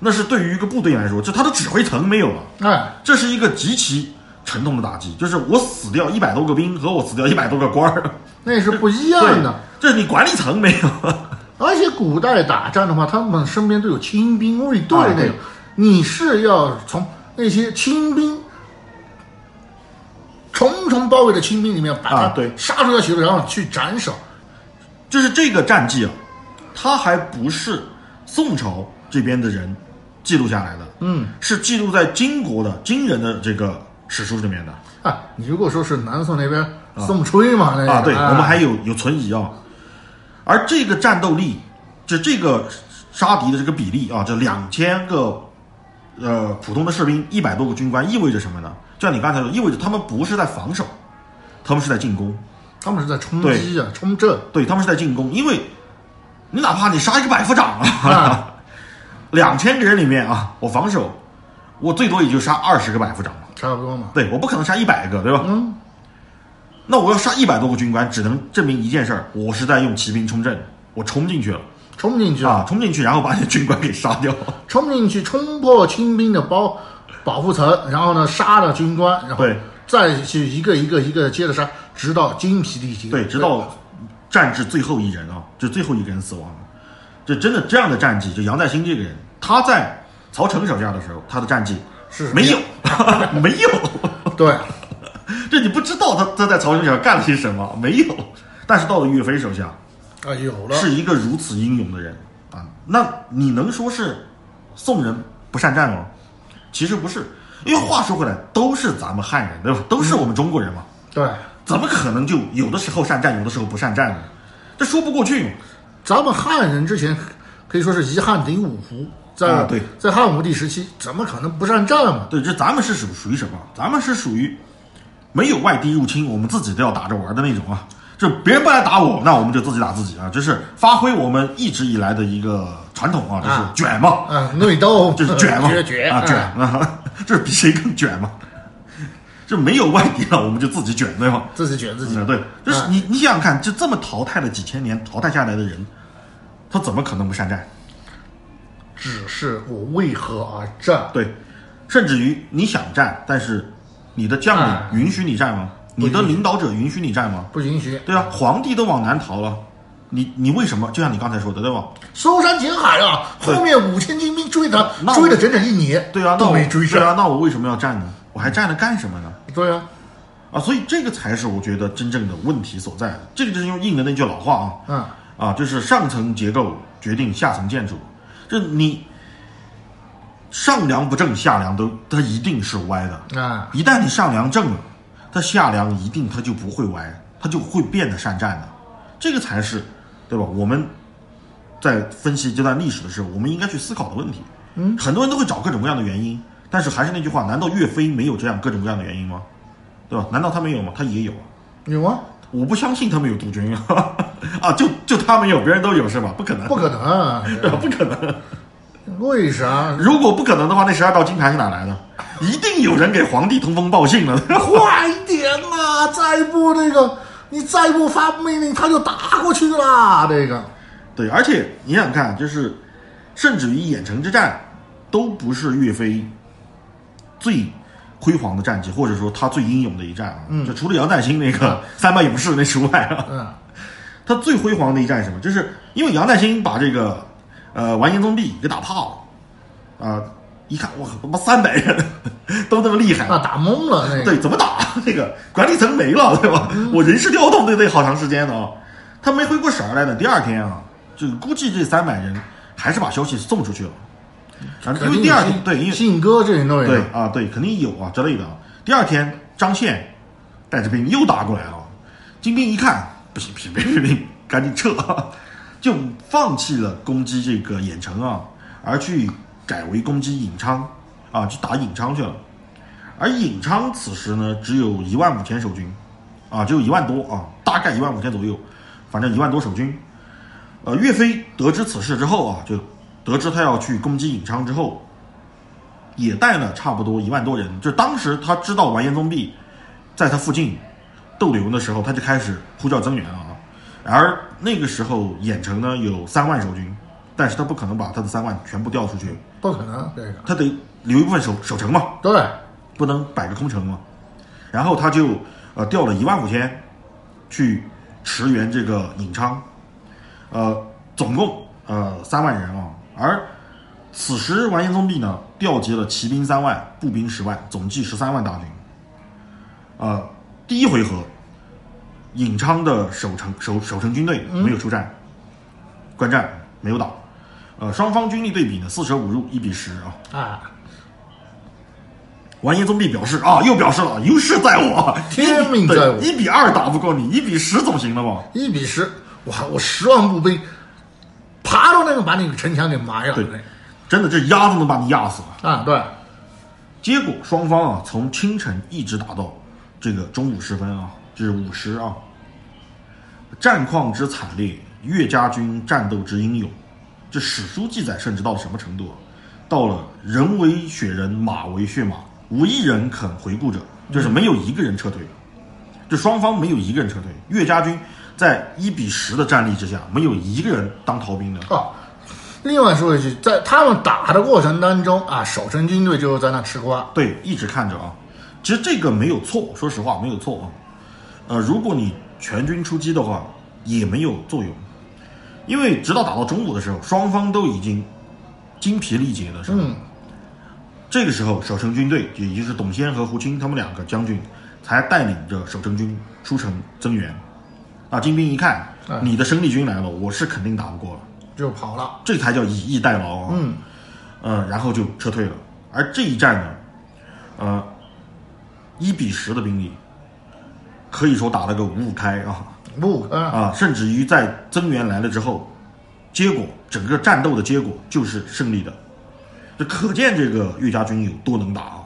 [SPEAKER 2] 那是对于一个部队来说，就他的指挥层没有了，
[SPEAKER 1] 哎，
[SPEAKER 2] 这是一个极其沉痛的打击。就是我死掉一百多个兵和我死掉一百多个官儿，
[SPEAKER 1] 那是不一样
[SPEAKER 2] 对
[SPEAKER 1] 的。，
[SPEAKER 2] 这你管理层没有。
[SPEAKER 1] 而且古代打仗的话，他们身边都有亲兵卫队
[SPEAKER 2] 啊
[SPEAKER 1] 那
[SPEAKER 2] 对
[SPEAKER 1] 种，你是要从那些亲兵重重包围的亲兵里面把他
[SPEAKER 2] 啊对
[SPEAKER 1] 杀出条血路，然后去斩首。
[SPEAKER 2] 就是这个战绩啊，它还不是宋朝这边的人记录下来的，
[SPEAKER 1] 嗯，
[SPEAKER 2] 是记录在金国的金人的这个史书里面的
[SPEAKER 1] 啊，你如果说是南宋那边宋吹嘛，那个
[SPEAKER 2] 啊。对，我们还有有存疑啊。而这个战斗力，就这个杀敌的这个比例啊，这两千个呃普通的士兵，一百多个军官，意味着什么呢？就像你刚才说，意味着他们不是在防守，他们是在进攻。
[SPEAKER 1] 他们是在冲
[SPEAKER 2] 对
[SPEAKER 1] 击啊，冲阵
[SPEAKER 2] 对，他们是在进攻，因为你哪怕你杀一个百夫长
[SPEAKER 1] 啊
[SPEAKER 2] 啊， 两千个人里面啊，我防守，我最多也就杀二十个百夫长嘛，
[SPEAKER 1] 差不多嘛。
[SPEAKER 2] 对，我不可能杀一百个，对吧？嗯。那我要杀一百多个军官，只能证明一件事儿：我是在用骑兵冲阵，我冲进去了
[SPEAKER 1] 冲进去
[SPEAKER 2] 啊，，冲进去，然后把你的军官给杀掉。
[SPEAKER 1] 冲进去，冲破清兵的包保护层，然后呢杀了军官，然后
[SPEAKER 2] 对
[SPEAKER 1] 再去一个一个一个接着杀，直到精疲力尽。
[SPEAKER 2] 对，直到战至最后一人啊，就最后一个人死亡了。就真的这样的战绩，就杨再兴这个人，他在曹诚手下的时候，他的战绩
[SPEAKER 1] 是
[SPEAKER 2] 没有， 没有，
[SPEAKER 1] 对，
[SPEAKER 2] 这你不知道他他在曹诚手下干了些什么，没有。但是到了岳飞手下，
[SPEAKER 1] 啊，有了
[SPEAKER 2] 是一个如此英勇的人啊，那你能说是宋人不善战吗？其实不是，因为话说回来，都是咱们汉人对吧？都是我们中国人嘛。
[SPEAKER 1] 对，
[SPEAKER 2] 怎么可能就有的时候善战，有的时候不善战呢？这说不过去。
[SPEAKER 1] 咱们汉人之前可以说是一汉顶五胡，在、
[SPEAKER 2] 啊对
[SPEAKER 1] 在汉武帝时期，怎么可能不善战嘛？
[SPEAKER 2] 对，这咱们是属属于什么？咱们是属于没有外敌入侵，我们自己都要打着玩的那种啊。就别人不来打我，那我们就自己打自己啊。就是发挥我们一直以来的一个传统啊，嗯
[SPEAKER 1] 啊
[SPEAKER 2] 就是卷嘛，
[SPEAKER 1] 啊，内斗嗯
[SPEAKER 2] 就是卷嘛，
[SPEAKER 1] 绝绝
[SPEAKER 2] 啊卷！啊，就是比谁更卷嘛。就没有外敌了，我们就自己卷对吗？
[SPEAKER 1] 自己卷自己
[SPEAKER 2] 嗯，。对，就是你你想想看，就这么淘汰了几千年淘汰下来的人，他怎么可能不善战？
[SPEAKER 1] 只是我为何而战？
[SPEAKER 2] 对，甚至于你想战，但是你的将
[SPEAKER 1] 哎
[SPEAKER 2] 领允许你战吗？你的领导者啊允许你战吗？
[SPEAKER 1] 不允许
[SPEAKER 2] 对啊，皇帝都往南逃了，你你为什么？就像你刚才说的，对吧？
[SPEAKER 1] 搜山捡海啊！
[SPEAKER 2] 对
[SPEAKER 1] 后面五千精兵追他，
[SPEAKER 2] 那
[SPEAKER 1] 追了整整一年，
[SPEAKER 2] 对啊，那
[SPEAKER 1] 都
[SPEAKER 2] 我
[SPEAKER 1] 没追
[SPEAKER 2] 对
[SPEAKER 1] 上。
[SPEAKER 2] 啊，那我为什么要战呢？我还站着干什么呢？
[SPEAKER 1] 对啊，
[SPEAKER 2] 啊，所以这个才是我觉得真正的问题所在。这个就是用应了那句老话啊，
[SPEAKER 1] 嗯，
[SPEAKER 2] 啊，就是上层结构决定下层建筑，就你上梁不正下梁都它一定是歪的。
[SPEAKER 1] 啊，
[SPEAKER 2] 一旦你上梁正了，它下梁一定它就不会歪，它就会变得善战的，这个才是，对吧？我们在分析这段历史的时候，我们应该去思考的问题。嗯，很多人都会找各种各样的原因，但是还是那句话，难道岳飞没有这样各种各样的原因吗？对吧？难道他没有吗？他也有啊。
[SPEAKER 1] 有吗？
[SPEAKER 2] 我不相信他们有督军啊！ 啊，就就他们有，别人都有是吧？不可能，
[SPEAKER 1] 不可 能，啊
[SPEAKER 2] 对吧不可能。
[SPEAKER 1] 为啥？
[SPEAKER 2] 如果不可能的话，那十二道金牌是哪来的？一定有人给皇帝通风报信了。
[SPEAKER 1] 快点啊！再不那个，你再不发命令，他就打过去啦！这个，
[SPEAKER 2] 对，而且你想想看，就是甚至于郾城之战，都不是岳飞最辉煌的战绩，或者说他最英勇的一战啊。嗯，就除了杨再兴那个三百勇士那之外啊，
[SPEAKER 1] 嗯，
[SPEAKER 2] 他最辉煌的一战是什么？就是因为杨再兴把这个呃完颜宗弼给打怕了，啊、一看我靠，他妈三百人 都那么厉害，
[SPEAKER 1] 那打懵了那个。
[SPEAKER 2] 对，怎么打？这个管理层没了，对吧？我人事调动都得好长时间呢、啊。他没回过神儿来呢，第二天啊，就估计这三百人还是把消息送出去了。反正因为第二天，对，因为
[SPEAKER 1] 信鸽这些东西，
[SPEAKER 2] 对啊，对，肯定有啊之类的啊。第二天，张宪带着兵又打过来了，啊金兵一看，不行不行，别别别，赶紧撤，啊就放弃了攻击这个郾城啊，而去改为攻击颍昌啊，去打颍昌去了。而颍昌此时呢，只有一万五千守军，啊，只有一万多啊，大概一万五千左右，反正一万多守军。呃，岳飞得知此事之后啊，就得知他要去攻击颍昌之后，也带了差不多一万多人。就当时他知道完颜宗弼在他附近逗留的时候，他就开始呼叫增援啊。而那个时候，郾城呢有三万守军，但是他不可能把他的三万全部调出去，
[SPEAKER 1] 不可能这个，
[SPEAKER 2] 他得留一部分守守城嘛，
[SPEAKER 1] 对，
[SPEAKER 2] 不能摆个空城嘛。然后他就呃调了一万五千去驰援这个颍昌，呃，总共呃三万人啊。而此时完颜宗弼呢调集了骑兵三万、步兵十万，总计十三万大军。呃，第一回合，颍昌的守城守守城军队没有出战，观战没有打。呃，双方军力对比呢，四舍五入一比十啊。
[SPEAKER 1] 啊，
[SPEAKER 2] 完颜宗弼表示啊，又表示了，优势在我，
[SPEAKER 1] 天命在我
[SPEAKER 2] 一比二打不过你，一比十总行了吧？
[SPEAKER 1] 一比十，哇，我十万步兵，爬到那个把那个城墙给埋了，
[SPEAKER 2] 对，真的这鸭子能把你压死了。
[SPEAKER 1] 啊，对，
[SPEAKER 2] 结果双方啊，从清晨一直打到这个中午时分啊，就是午时啊，战况之惨烈，岳家军战斗之英勇，这史书记载甚至到了什么程度啊？到了人为雪人，马为血马，无一人肯回顾者，就是没有一个人撤退，就双方没有一个人撤退。岳家军在一比十的战力之下，没有一个人当逃兵的。
[SPEAKER 1] 哦，另外说一句，在他们打的过程当中啊，守城军队就在那吃瓜，
[SPEAKER 2] 对，一直看着啊。其实这个没有错，说实话没有错啊。呃，如果你全军出击的话，也没有作用，因为直到打到中午的时候，双方都已经精疲力竭的时候，
[SPEAKER 1] 嗯
[SPEAKER 2] 这个时候守城军队，也就是董先和胡钦他们两个将军，才带领着守城军出城增援。啊，金兵一看
[SPEAKER 1] 哎，
[SPEAKER 2] 你的生力军来了，我是肯定打不过了。
[SPEAKER 1] 就跑了，
[SPEAKER 2] 这才叫以逸待劳啊。
[SPEAKER 1] 嗯，
[SPEAKER 2] 呃，然后就撤退了。而这一战呢，呃，一比十的兵力，可以说打了个五五开啊
[SPEAKER 1] 不，啊，
[SPEAKER 2] 啊，甚至于在增援来了之后，结果整个战斗的结果就是胜利的。这可见这个岳家军有多能打啊！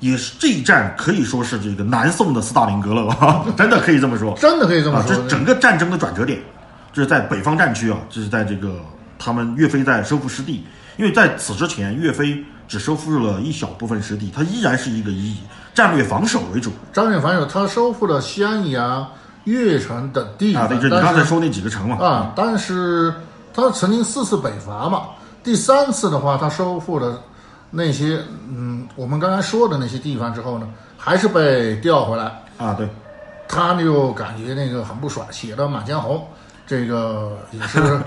[SPEAKER 2] 也是这一战可以说是这个南宋的斯大林格勒啊， 真的可以这么说。
[SPEAKER 1] 真的可以这么
[SPEAKER 2] 啊，这
[SPEAKER 1] 说，
[SPEAKER 2] 整个战争的转折点，这是在北方战区啊，这是在这个他们岳飞在收复失地，因为在此之前，岳飞只收复了一小部分失地，他依然是一个以战略防守为主
[SPEAKER 1] 张振凡有他收复了襄阳、越城等地
[SPEAKER 2] 啊。
[SPEAKER 1] 方，
[SPEAKER 2] 对，就你刚
[SPEAKER 1] 但
[SPEAKER 2] 才
[SPEAKER 1] 是
[SPEAKER 2] 说那几个城嘛，
[SPEAKER 1] 啊，但是他曾经四次北伐嘛，第三次的话，他收复了那些嗯我们刚才说的那些地方之后呢，还是被调回来，
[SPEAKER 2] 啊，对，
[SPEAKER 1] 他就感觉那个很不爽，写了《满江红》，这个也 是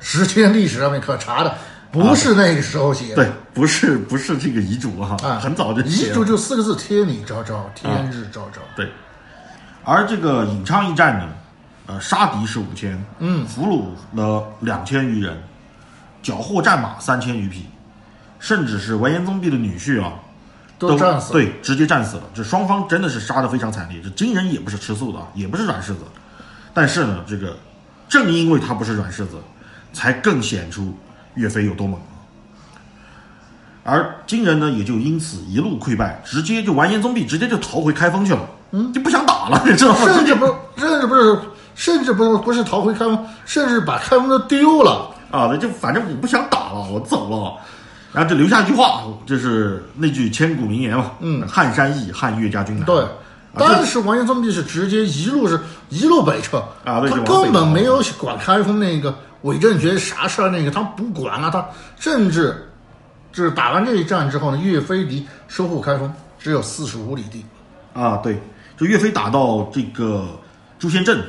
[SPEAKER 1] 时间历史上面可查
[SPEAKER 2] 啊
[SPEAKER 1] 的，不是那个时候写的。
[SPEAKER 2] 对，不是不是这个遗嘱啊，
[SPEAKER 1] 啊，
[SPEAKER 2] 很早就写
[SPEAKER 1] 遗
[SPEAKER 2] 了
[SPEAKER 1] 嘱就四个字：天理昭昭，天日昭昭。
[SPEAKER 2] 对，而这个颍昌一战呢，呃，杀敌是五千，嗯，俘虏了两千余人，缴获战马三千余匹，甚至是完颜宗弼的女婿啊，
[SPEAKER 1] 都战死了
[SPEAKER 2] 对，直接战死了。这双方真的是杀得非常惨烈，这金人也不是吃素的，啊，也不是软柿子，但是呢，这个正因为他不是软柿子，才更显出岳飞有多猛。而金人呢，也就因此一路溃败，直接就完颜宗弼直接就逃回开封去了，嗯，就不想打了，你知道吗？
[SPEAKER 1] 甚至不，甚至不是，甚至不不是逃回开封，甚至把开封都丢了。
[SPEAKER 2] 啊，对，就反正我不想打了，我走了。然后就留下一句话，就是那句千古名言嘛，嗯，汉山易，汉岳家军难。
[SPEAKER 1] 对
[SPEAKER 2] 啊，
[SPEAKER 1] 当时完颜宗弼是直接一路是一路北撤，
[SPEAKER 2] 啊对
[SPEAKER 1] 他
[SPEAKER 2] 就往北
[SPEAKER 1] 根本
[SPEAKER 2] 撤
[SPEAKER 1] 没有管开封那个伪政权啥事儿，那个他不管啊了，他甚至就是打完这一战之后呢，岳飞离收复开封只有四十五里地，
[SPEAKER 2] 啊，对，就岳飞打到这个朱仙镇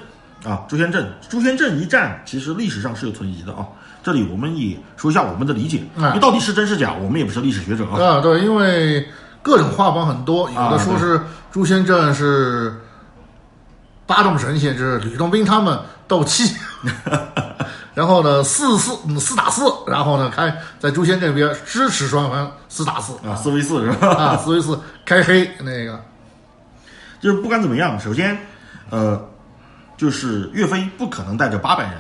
[SPEAKER 2] 啊，朱仙镇，朱仙镇一战，其实历史上是有存疑的啊。这里我们也说一下我们的理解，
[SPEAKER 1] 嗯
[SPEAKER 2] 因为到底是真是假，我们也不是历史学者啊。
[SPEAKER 1] 啊，对，因为各种画风很多，有的说是朱仙镇是八洞神仙，就是吕洞宾他们斗气， 然后呢四四嗯四打四，然后呢开在朱仙这边支持双方四打四
[SPEAKER 2] 啊，四 v 四是吧？
[SPEAKER 1] 啊，四 v 四开黑那个，
[SPEAKER 2] 就是不管怎么样，首先，呃，就是岳飞不可能带着八百人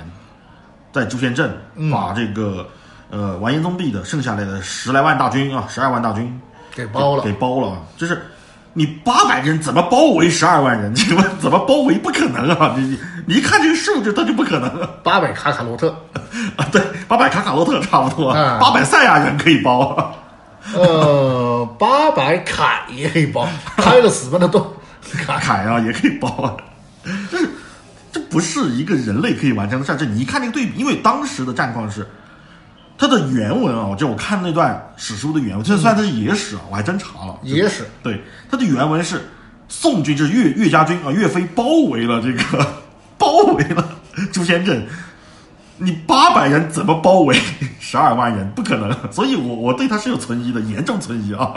[SPEAKER 2] 在朱仙镇、
[SPEAKER 1] 嗯
[SPEAKER 2] 把这个呃完颜宗弼的剩下来的十来万大军啊，十二万大军
[SPEAKER 1] 给包了
[SPEAKER 2] 给包了啊！就是你八百人怎么包围十二万人？ 怎么怎么包围？不可能啊！你你你一看这个数就它就不可能啊！
[SPEAKER 1] 八百卡卡罗特，
[SPEAKER 2] 啊对，八百卡卡罗特差不多，
[SPEAKER 1] 啊
[SPEAKER 2] 八百塞亚人可以包。
[SPEAKER 1] 呃，八百凯也可以包，开了死门的洞，凯
[SPEAKER 2] 凯啊，也可以包啊。这这不是一个人类可以完成的事儿。这你一看这个对比，因为当时的战况是，它的原文啊，我就我看那段史书的原文，这虽然它是野史啊，我还真查了，
[SPEAKER 1] 野史
[SPEAKER 2] 对，它的原文是宋军就是岳岳家军啊，岳飞包围了这个 包围了朱仙镇，你八百人怎么包围 十二万人？不可能，所以我我对他是有存疑的，严重存疑啊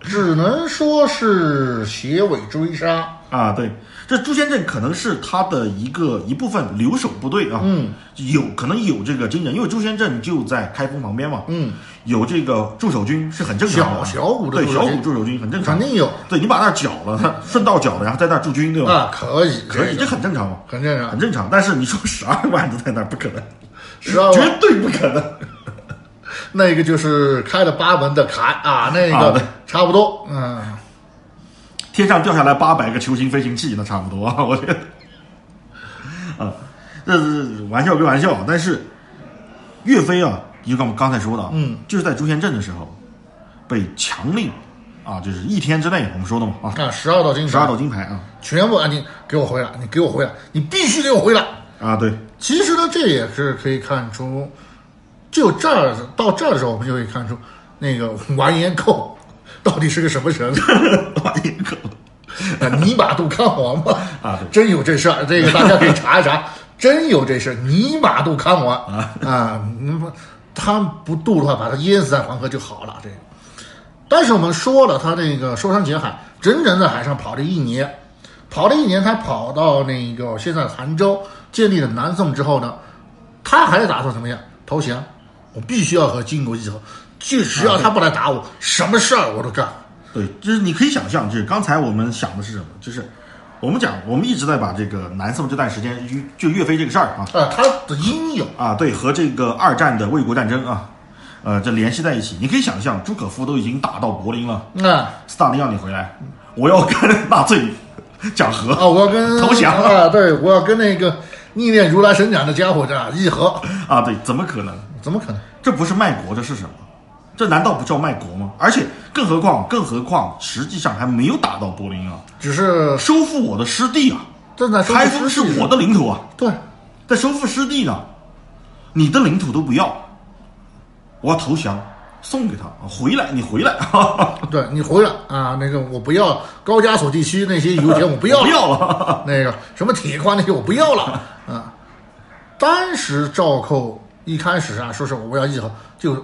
[SPEAKER 1] 只能说是血尾追杀。
[SPEAKER 2] 啊！对，这朱仙镇可能是他的一个一部分留守部队啊，嗯，有可能有这个军人，因为朱仙镇就在开封旁边嘛，嗯，有这个驻守军是很正常的啊，
[SPEAKER 1] 小小股的
[SPEAKER 2] 对
[SPEAKER 1] 驻守
[SPEAKER 2] 小
[SPEAKER 1] 军
[SPEAKER 2] 股驻守军很正常
[SPEAKER 1] 肯
[SPEAKER 2] 的，
[SPEAKER 1] 定有嗯
[SPEAKER 2] 对你把那儿缴了，顺道缴了，然后在那儿驻军，对吧？
[SPEAKER 1] 啊，可以，
[SPEAKER 2] 哦可以，
[SPEAKER 1] 这
[SPEAKER 2] 这
[SPEAKER 1] 个
[SPEAKER 2] 很正常嘛，
[SPEAKER 1] 很正常
[SPEAKER 2] 很。正常。但是你说十二万都在那儿，不可能，
[SPEAKER 1] 12万
[SPEAKER 2] 绝对不可能。
[SPEAKER 1] 那个就是开了八门的砍啊，那
[SPEAKER 2] 好
[SPEAKER 1] 个
[SPEAKER 2] 的
[SPEAKER 1] 差不多，嗯，
[SPEAKER 2] 天上掉下来八百个球形飞行器，那差不多， 我觉得。啊，这是玩笑归玩笑，但是岳飞啊，就跟我们刚才说的，嗯，就是在朱仙镇的时候被强令啊，就是一天之内，我们说的嘛啊，
[SPEAKER 1] 啊，十二道金
[SPEAKER 2] 十二
[SPEAKER 1] 牌
[SPEAKER 2] 道金牌啊
[SPEAKER 1] 全部啊，你给我回来，你给我回来，你必须给我回来。
[SPEAKER 2] 啊，对，
[SPEAKER 1] 其实呢，这也是可以看出，就这儿到这儿的时候，我们就可以看出那个完颜寇到底是个什么人
[SPEAKER 2] 玩一个
[SPEAKER 1] 啊！尼马渡康王嘛，
[SPEAKER 2] 啊对
[SPEAKER 1] 真有这事儿，这个大家可以查一查，真有这事儿，尼马渡康王啊啊！你们他不渡的话，把他淹死在黄河就好了。这个，但是我们说了，他那个收山节海，整整在海上跑了一年，跑了一年，他跑到那个现在的杭州，建立了南宋之后呢，他还打算怎么样？投降，我必须要和金国议和，就只要他不来打我，什么事儿我都干。啊
[SPEAKER 2] 对，就是你可以想象，就是刚才我们想的是什么？就是我们讲，我们一直在把这个南宋这段时间，就岳飞这个事儿啊
[SPEAKER 1] 啊，他的英勇，
[SPEAKER 2] 啊，对，和这个二战的卫国战争啊，呃，这联系在一起。你可以想象，朱可夫都已经打到柏林了，
[SPEAKER 1] 啊
[SPEAKER 2] 斯大林要你回来，我要跟纳粹讲和
[SPEAKER 1] 啊，我要跟
[SPEAKER 2] 投降
[SPEAKER 1] 啊，对我要跟那个逆恋如来神掌的家伙这样议和，
[SPEAKER 2] 啊，对，怎么可能？
[SPEAKER 1] 怎么可能？
[SPEAKER 2] 这不是卖国，这是什么？这难道不叫卖国吗？而且，更何况，更何况，实际上还没有打到柏林啊，
[SPEAKER 1] 只是
[SPEAKER 2] 收复我的失地啊，
[SPEAKER 1] 正在收
[SPEAKER 2] 开
[SPEAKER 1] 拾
[SPEAKER 2] 封是
[SPEAKER 1] 尸体
[SPEAKER 2] 我的领土啊。
[SPEAKER 1] 对，
[SPEAKER 2] 在收复失地呢，你的领土都不要，我要投降，送给他，回来你回来，
[SPEAKER 1] 对你回来啊，那个我不要高加索地区那些油田，我不要
[SPEAKER 2] 不
[SPEAKER 1] 了，
[SPEAKER 2] 要了，
[SPEAKER 1] 那个什么铁矿那些我不要了啊。当时赵构一开始啊，说是我要议和，就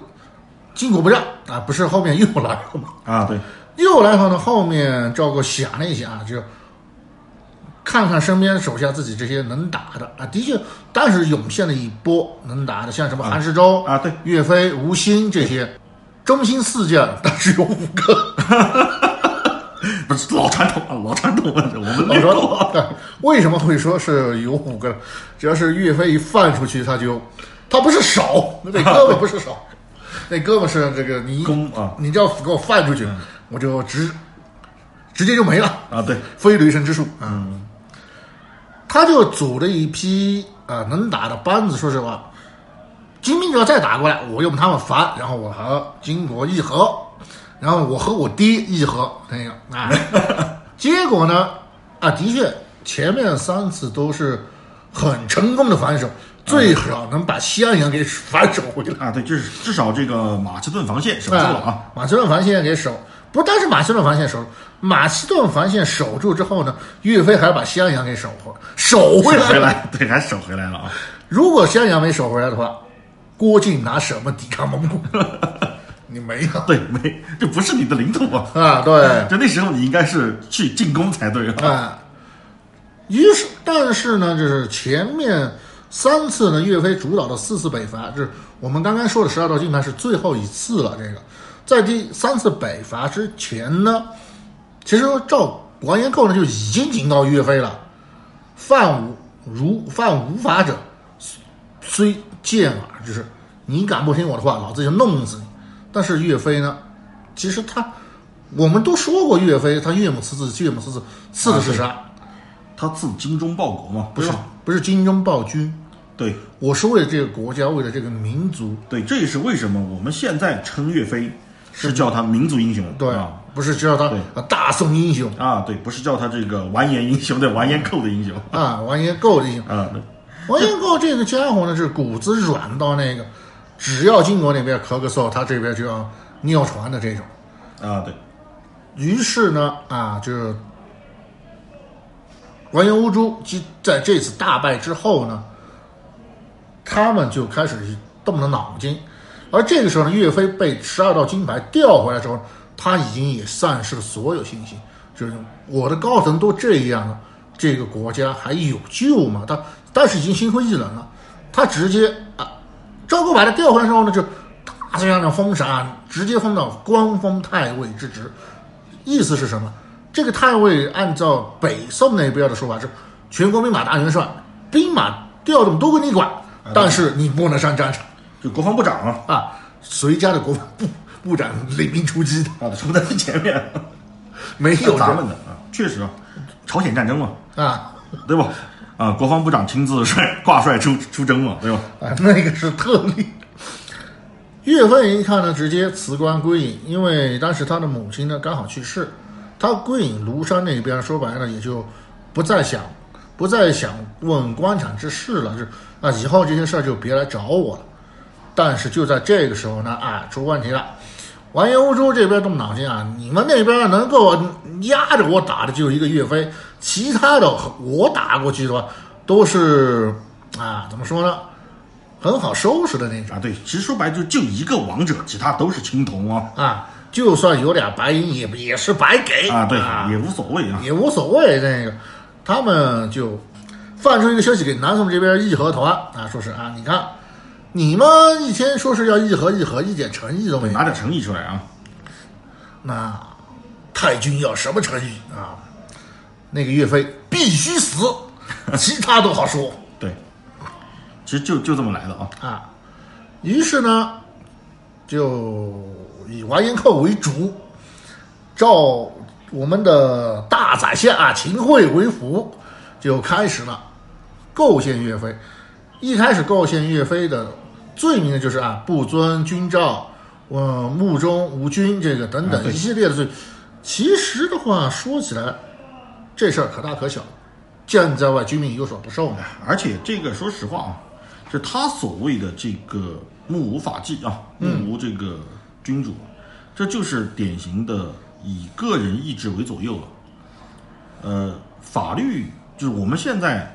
[SPEAKER 1] 巾帼不让啊，不是后面又来了吗？
[SPEAKER 2] 啊，对，
[SPEAKER 1] 又来后呢，后面赵构想了一下，就看看身边手下自己这些能打的啊，的确当时涌现了一波能打的，像什么韩世忠
[SPEAKER 2] 啊对
[SPEAKER 1] 岳飞、吴兴这些，中兴四将当时有五个，
[SPEAKER 2] 不是老传统啊，老传统了，我们
[SPEAKER 1] 我
[SPEAKER 2] 略过
[SPEAKER 1] 说对 为什么会说是有五个呢？只要是岳飞一放出去，他就他不是手，那胳膊不是 手，那胳膊是这个你
[SPEAKER 2] 弓啊嗯
[SPEAKER 1] 你只要给我放出去，我就直直接就没了。
[SPEAKER 2] 啊，对，
[SPEAKER 1] 非雷神之术。嗯，他就组了一批啊、呃能打的班子。说实话，金兵只要再打过来，我用他们烦，然后我和金国议和，然后我和我爹议和那个啊。结果呢，啊，的确前面三次都是很成功的反手，最少能把襄阳给反手回来。
[SPEAKER 2] 啊，对，就是至少这个马其顿防线守住
[SPEAKER 1] 哎
[SPEAKER 2] 了啊，
[SPEAKER 1] 马其顿防线给守，不但是马其顿防线守住，马其顿防线守住之后呢，岳飞还把襄阳给守回守回来。
[SPEAKER 2] 回来，对，还守回来了啊，
[SPEAKER 1] 如果襄阳没守回来的话，郭靖拿什么抵抗蒙古？ 你没有
[SPEAKER 2] 对，没，这不是你的领土啊，
[SPEAKER 1] 啊？对，
[SPEAKER 2] 就那时候你应该是去进攻才对啊，
[SPEAKER 1] 啊，于是但是呢，就是前面三次呢，岳飞主导的四次北伐，就是我们刚刚说的十二道金牌是最后一次了。这个在第三次北伐之前呢，其实赵完颜寇呢就已经警告岳飞了：犯无如犯无法者，虽见耳，就是你敢不听我的话，老子就弄死你。但是岳飞呢，其实他，我们都说过岳飞，他岳母刺字，岳母刺字，刺的是啥？
[SPEAKER 2] 他自精忠报国嘛，
[SPEAKER 1] 不是
[SPEAKER 2] 啊对吧
[SPEAKER 1] 不是精忠报军，
[SPEAKER 2] 对，
[SPEAKER 1] 我是为了这个国家，为了这个民族，
[SPEAKER 2] 对，这也是为什么我们现在称岳飞是叫他民族英雄，
[SPEAKER 1] 对
[SPEAKER 2] 啊，
[SPEAKER 1] 不是叫他
[SPEAKER 2] 对
[SPEAKER 1] 呃大宋英雄
[SPEAKER 2] 啊，对，不是叫他这个完颜英雄
[SPEAKER 1] 嗯
[SPEAKER 2] 的完颜寇的英雄
[SPEAKER 1] 啊，完颜够的英雄。
[SPEAKER 2] 啊，对
[SPEAKER 1] 完颜够这个家伙呢是骨子软到那个，只要金国那边咳咳嗽，他这边就要尿床的这种。
[SPEAKER 2] 啊，对，
[SPEAKER 1] 于是呢，啊，就是完颜乌珠即在这次大败之后呢，他们就开始动了脑筋。而这个时候呢，岳飞被十二道金牌调回来之后，他已经也丧失了所有信心，就是我的高层都这样了，这个国家还有救吗？他但是已经心灰意冷了，他直接啊，赵构把他调回来之后呢，就大量的封杀，直接封到官封太尉之职，意思是什么？这个太尉按照北宋那边的说法是全国兵马大元帅，兵马调动都归你管，但是你不能上战场
[SPEAKER 2] 就国防部长啊，
[SPEAKER 1] 啊。谁家的国防部部长领兵出击的？
[SPEAKER 2] 啊，冲在最前面，啊
[SPEAKER 1] 没有
[SPEAKER 2] 咱们的啊，确实啊，朝鲜战争嘛，
[SPEAKER 1] 人啊
[SPEAKER 2] 对吧？啊，国防部长亲自率挂帅出出征嘛，对吧？
[SPEAKER 1] 啊，那个是特例。岳飞一看呢，直接辞官归隐，因为当时他的母亲呢刚好去世，他归隐庐山那边，说白了也就不再想，不再想问官场之事了，是啊，以后这些事儿就别来找我了。但是就在这个时候呢，啊，出问题了。完颜乌珠这边动脑筋啊，你们那边能够嗯压着我打的就一个岳飞，其他的我打过去的话都是啊，怎么说呢，很好收拾的那种。
[SPEAKER 2] 啊，对，其实说白了就就一个王者，其他都是青铜啊，
[SPEAKER 1] 啊，就算有俩白银也也是白给
[SPEAKER 2] 啊，对，也无所谓啊，
[SPEAKER 1] 也无所谓。那个他们就放出一个消息给南宋这边义和团啊，说是啊，你看你们一天说是要义和义和，一点诚意都没有
[SPEAKER 2] 拿，点诚意出来啊，
[SPEAKER 1] 那太君要什么诚意啊？那个岳飞必须死， 其他都好说。
[SPEAKER 2] 对，其实就就这么来的啊，
[SPEAKER 1] 啊，于是呢，就以完颜寇为主，照我们的大宰相啊秦桧为辅，就开始了构陷岳飞。一开始构陷岳飞的罪名呢，就是啊不遵军诏，呃目中无君这个等
[SPEAKER 2] 啊
[SPEAKER 1] 等
[SPEAKER 2] 对
[SPEAKER 1] 一系列的罪。其实的话说起来，这事儿可大可小，将在外，军命有所不受呢。
[SPEAKER 2] 而且这个说实话啊，就他所谓的这个目无法纪啊，目无这个君主，啊这就是典型的以个人意志为左右了。呃，法律就是我们现在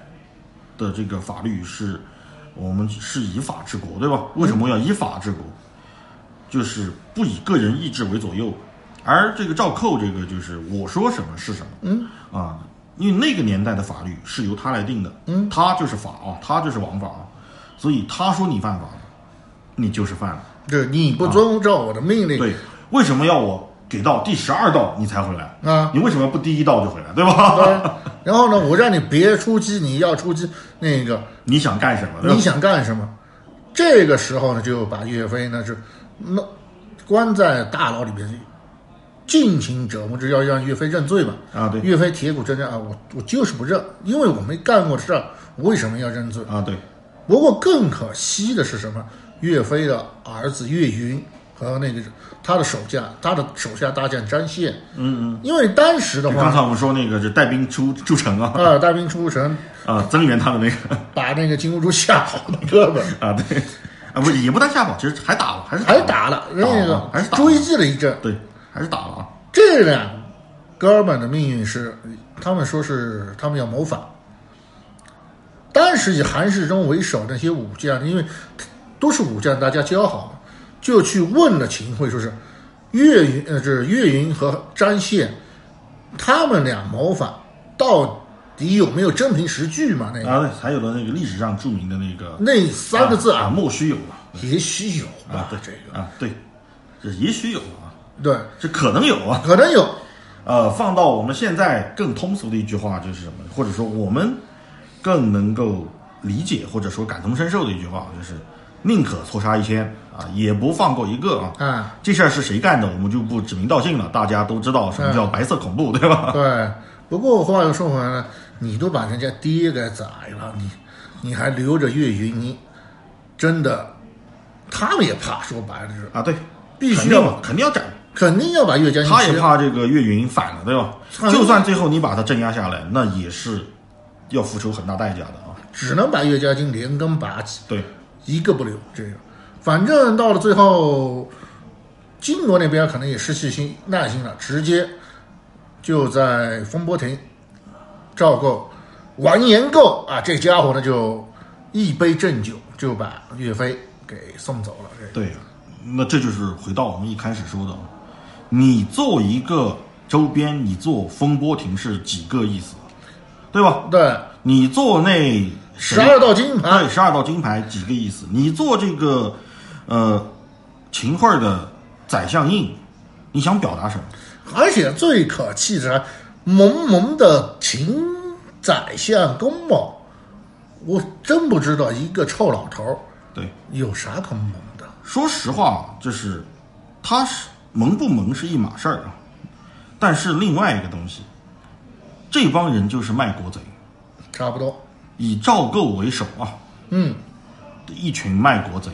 [SPEAKER 2] 的这个法律是，我们是以法治国，对吧？为什么要以法治国？就是不以个人意志为左右，而这个赵寇这个就是我说什么是什么，嗯啊，因为那个年代的法律是由他来定的，嗯，他就是法啊，他就是王法啊，所以他说你犯法了，你就是犯了。
[SPEAKER 1] 就是你不遵照我的命令，
[SPEAKER 2] 啊对，为什么要我给到第十二道你才回来？
[SPEAKER 1] 啊
[SPEAKER 2] 你为什么不第一道就回来，对吧？
[SPEAKER 1] 然后呢，我让你别出击，你要出击，那个
[SPEAKER 2] 你想干什么？对吧
[SPEAKER 1] 你想干什么？这个时候呢，就把岳飞呢是那关在大牢里边，尽情折磨，就要让岳飞认罪吧。
[SPEAKER 2] 啊对
[SPEAKER 1] 岳飞铁骨铮铮啊，我我就是不认，因为我没干过的事儿，我为什么要认罪？
[SPEAKER 2] 啊，对，
[SPEAKER 1] 不过更可惜的是什么？岳飞的儿子岳云和那个他的手下，他的手下大将张宪，嗯嗯，因为当时的
[SPEAKER 2] 就刚
[SPEAKER 1] 话，
[SPEAKER 2] 才我们说那个就带兵出出城啊，
[SPEAKER 1] 啊，大兵出城，
[SPEAKER 2] 啊，增援他的那个
[SPEAKER 1] 把那个金兀术吓跑了胳膊，
[SPEAKER 2] 啊，对，啊，不是也不但吓跑，其实还打了，还是
[SPEAKER 1] 还
[SPEAKER 2] 了
[SPEAKER 1] 打了
[SPEAKER 2] 打
[SPEAKER 1] 那
[SPEAKER 2] 了还
[SPEAKER 1] 个
[SPEAKER 2] 是打了
[SPEAKER 1] 追击了一阵。
[SPEAKER 2] 对，还是打了啊。
[SPEAKER 1] 这俩哥们儿的命运是，他们说是他们要谋反。当时以韩世忠为首那些武将，因为都是武将，大家交好嘛，就去问了秦桧，说是岳云呃，这是岳云和张宪，他们俩谋反到底有没有真凭实据嘛？那个、
[SPEAKER 2] 啊，对，才有了那个历史上著名的那个
[SPEAKER 1] 那三个字
[SPEAKER 2] 啊，
[SPEAKER 1] 啊，
[SPEAKER 2] 莫须有啊，
[SPEAKER 1] 也许有吧，
[SPEAKER 2] 对
[SPEAKER 1] 这个
[SPEAKER 2] 啊，对，这也许有啊，
[SPEAKER 1] 对，
[SPEAKER 2] 这可能有啊。
[SPEAKER 1] 可能有
[SPEAKER 2] 呃，放到我们现在更通俗的一句话就是什么？或者说我们更能够理解或者说感同身受的一句话就是：宁可错杀一千啊，也不放过一个啊。
[SPEAKER 1] 啊，
[SPEAKER 2] 这事儿是谁干的，我们就不指名道姓了。大家都知道
[SPEAKER 1] 嗯
[SPEAKER 2] 什么叫白色恐怖，对吧？
[SPEAKER 1] 对。不过话又说回来了，你都把人家爹给宰了，你你还留着岳云，你真的，他们也怕，说白了就是
[SPEAKER 2] 啊，对，
[SPEAKER 1] 必
[SPEAKER 2] 肯
[SPEAKER 1] 须
[SPEAKER 2] 定
[SPEAKER 1] 要
[SPEAKER 2] 嘛肯定要斩。
[SPEAKER 1] 肯定要把嗯岳家军
[SPEAKER 2] 他也
[SPEAKER 1] 切
[SPEAKER 2] 怕这个岳云反了，对吧？
[SPEAKER 1] 肯定
[SPEAKER 2] 就算最后你把他镇压下来，那也是要付出很大代价的啊。
[SPEAKER 1] 只能把岳家军连根拔起，
[SPEAKER 2] 对，
[SPEAKER 1] 一个不留。这个，反正到了最后，金国那边可能也失去心耐心了，直接就在风波亭赵构、完颜构啊，这家伙呢就一杯正酒就把岳飞给送走了。这个
[SPEAKER 2] 对呀、那这就是回到我们一开始说的，你做一个周边，你做风波亭是几个意思，对吧？
[SPEAKER 1] 对，
[SPEAKER 2] 你做那
[SPEAKER 1] 十二道金牌，
[SPEAKER 2] 对十二道金牌几个意思？你做这个呃秦桧的宰相印，你想表达什么？
[SPEAKER 1] 而且最可气的是，萌萌的秦宰相公某，我真不知道一个臭老头儿
[SPEAKER 2] 对，
[SPEAKER 1] 有啥可萌的。
[SPEAKER 2] 说实话，就是他是萌不萌是一码事儿啊，但是另外一个东西，这帮人就是卖国贼，
[SPEAKER 1] 差不多，
[SPEAKER 2] 以赵构为首啊，
[SPEAKER 1] 嗯，
[SPEAKER 2] 一群卖国贼，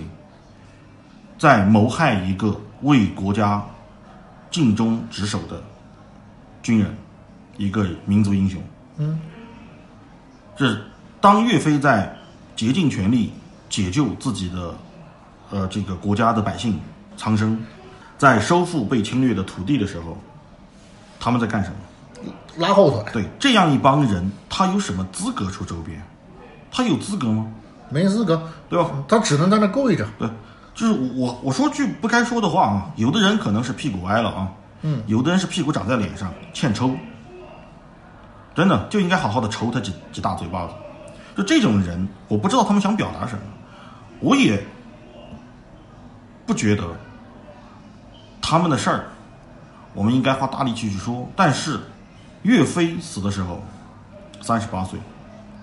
[SPEAKER 2] 在谋害一个为国家尽忠职守的军人，一个民族英雄。嗯，这当岳飞在竭尽全力解救自己的呃这个国家的百姓苍生，在收复被侵略的土地的时候，他们在干什么？
[SPEAKER 1] 拉后腿
[SPEAKER 2] 对，这样一帮人，他有什么资格出周边？他有资格吗？
[SPEAKER 1] 没资格，
[SPEAKER 2] 对吧？
[SPEAKER 1] 他只能在那跪着。
[SPEAKER 2] 对，就是我我说句不该说的话啊，有的人可能是屁股歪了啊，嗯，有的人是屁股长在脸上，欠抽，真的就应该好好的抽他几几大嘴巴子。就这种人，我不知道他们想表达什么，我也不觉得他们的事儿我们应该花大力气去说。但是岳飞死的时候，三十八岁，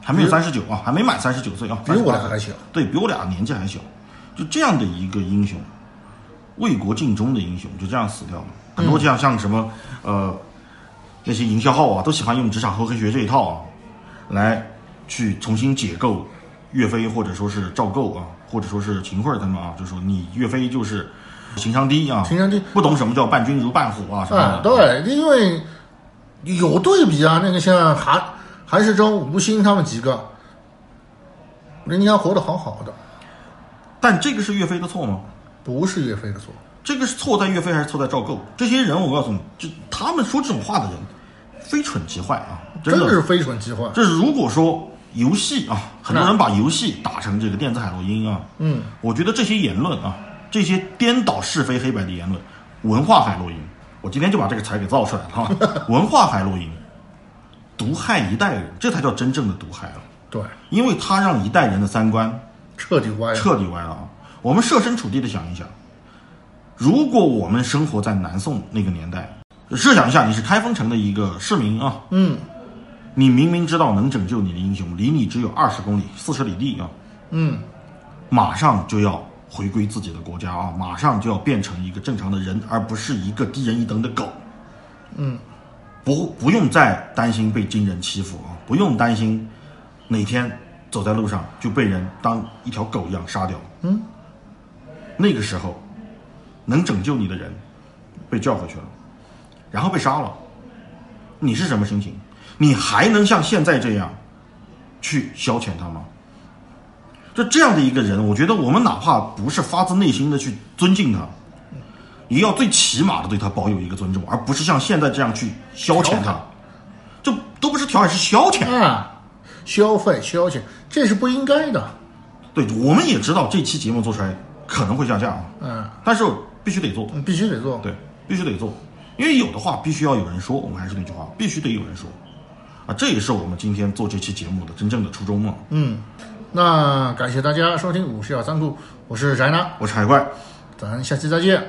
[SPEAKER 2] 还没有三十九啊，还没满三十九岁啊，
[SPEAKER 1] 比我
[SPEAKER 2] 38
[SPEAKER 1] 俩还小
[SPEAKER 2] 对比我俩年纪还小，就这样的一个英雄，为国尽忠的英雄，就这样死掉了。很
[SPEAKER 1] 嗯
[SPEAKER 2] 多像像什么呃那些营销号啊，都喜欢用职场厚黑学这一套啊，来去重新解构岳飞或者说是赵构啊，或者说是秦桧他们啊，就说你岳飞就是情商低啊，
[SPEAKER 1] 情商低
[SPEAKER 2] 不懂什么叫伴君如伴虎啊什么
[SPEAKER 1] 啊
[SPEAKER 2] 的。，
[SPEAKER 1] 对，因为有对比啊，那个像韩韩世忠、吴昕他们几个，人家活得好好的，
[SPEAKER 2] 但这个是岳飞的错吗？
[SPEAKER 1] 不是岳飞的错。
[SPEAKER 2] 这个是错在岳飞还是错在赵构？这些人，我告诉你，就他们说这种话的人，非蠢即坏啊！真
[SPEAKER 1] 真
[SPEAKER 2] 的
[SPEAKER 1] 是非蠢即坏，
[SPEAKER 2] 这如果说游戏啊，很多人把游戏打成这个电子海洛因啊，
[SPEAKER 1] 嗯，
[SPEAKER 2] 我觉得这些言论啊，这些颠倒是非黑白的言论，文化海洛因，我今天就把这个词儿给造出来了哈、 文化海洛因，毒害一代人，这才叫真正的毒害啊，
[SPEAKER 1] 对，
[SPEAKER 2] 因为它让一代人的三观
[SPEAKER 1] 彻底歪了。
[SPEAKER 2] 彻底歪了啊！我们设身处地的想一想，如果我们生活在南宋那个年代，设想一下，你是开封城的一个市民啊，
[SPEAKER 1] 嗯，
[SPEAKER 2] 你明明知道能拯救你的英雄离你只有二十公里、四十里地啊，
[SPEAKER 1] 嗯，
[SPEAKER 2] 马上就要回归自己的国家啊，马上就要变成一个正常的人，而不是一个低人一等的狗。嗯，不不用再担心被金人欺负啊，不用担心哪天走在路上就被人当一条狗一样杀掉。嗯，那个时候能拯救你的人被叫回去了，然后被杀了，你是什么心情？你还能像现在这样去消遣他吗？就这样的一个人，我觉得我们哪怕不是发自内心的去尊敬他，也要最起码的对他保有一个尊重，而不是像现在这样去消遣
[SPEAKER 1] 调
[SPEAKER 2] 他
[SPEAKER 1] 侃。
[SPEAKER 2] 这都不是调侃，是消遣。
[SPEAKER 1] 啊，消费消遣这是不应该的。
[SPEAKER 2] 对，我们也知道这期节目做出来可能会下架啊，
[SPEAKER 1] 嗯，
[SPEAKER 2] 但是必须得做，
[SPEAKER 1] 你嗯必须得做。
[SPEAKER 2] 对，必须得做，因为有的话必须要有人说，我们还是那句话，必须得有人说，啊，这也是我们今天做这期节目的真正的初衷啊。
[SPEAKER 1] 嗯，那感谢大家收听《五十小三顾》，我是宅男，
[SPEAKER 2] 我是海怪，
[SPEAKER 1] 咱下期再见。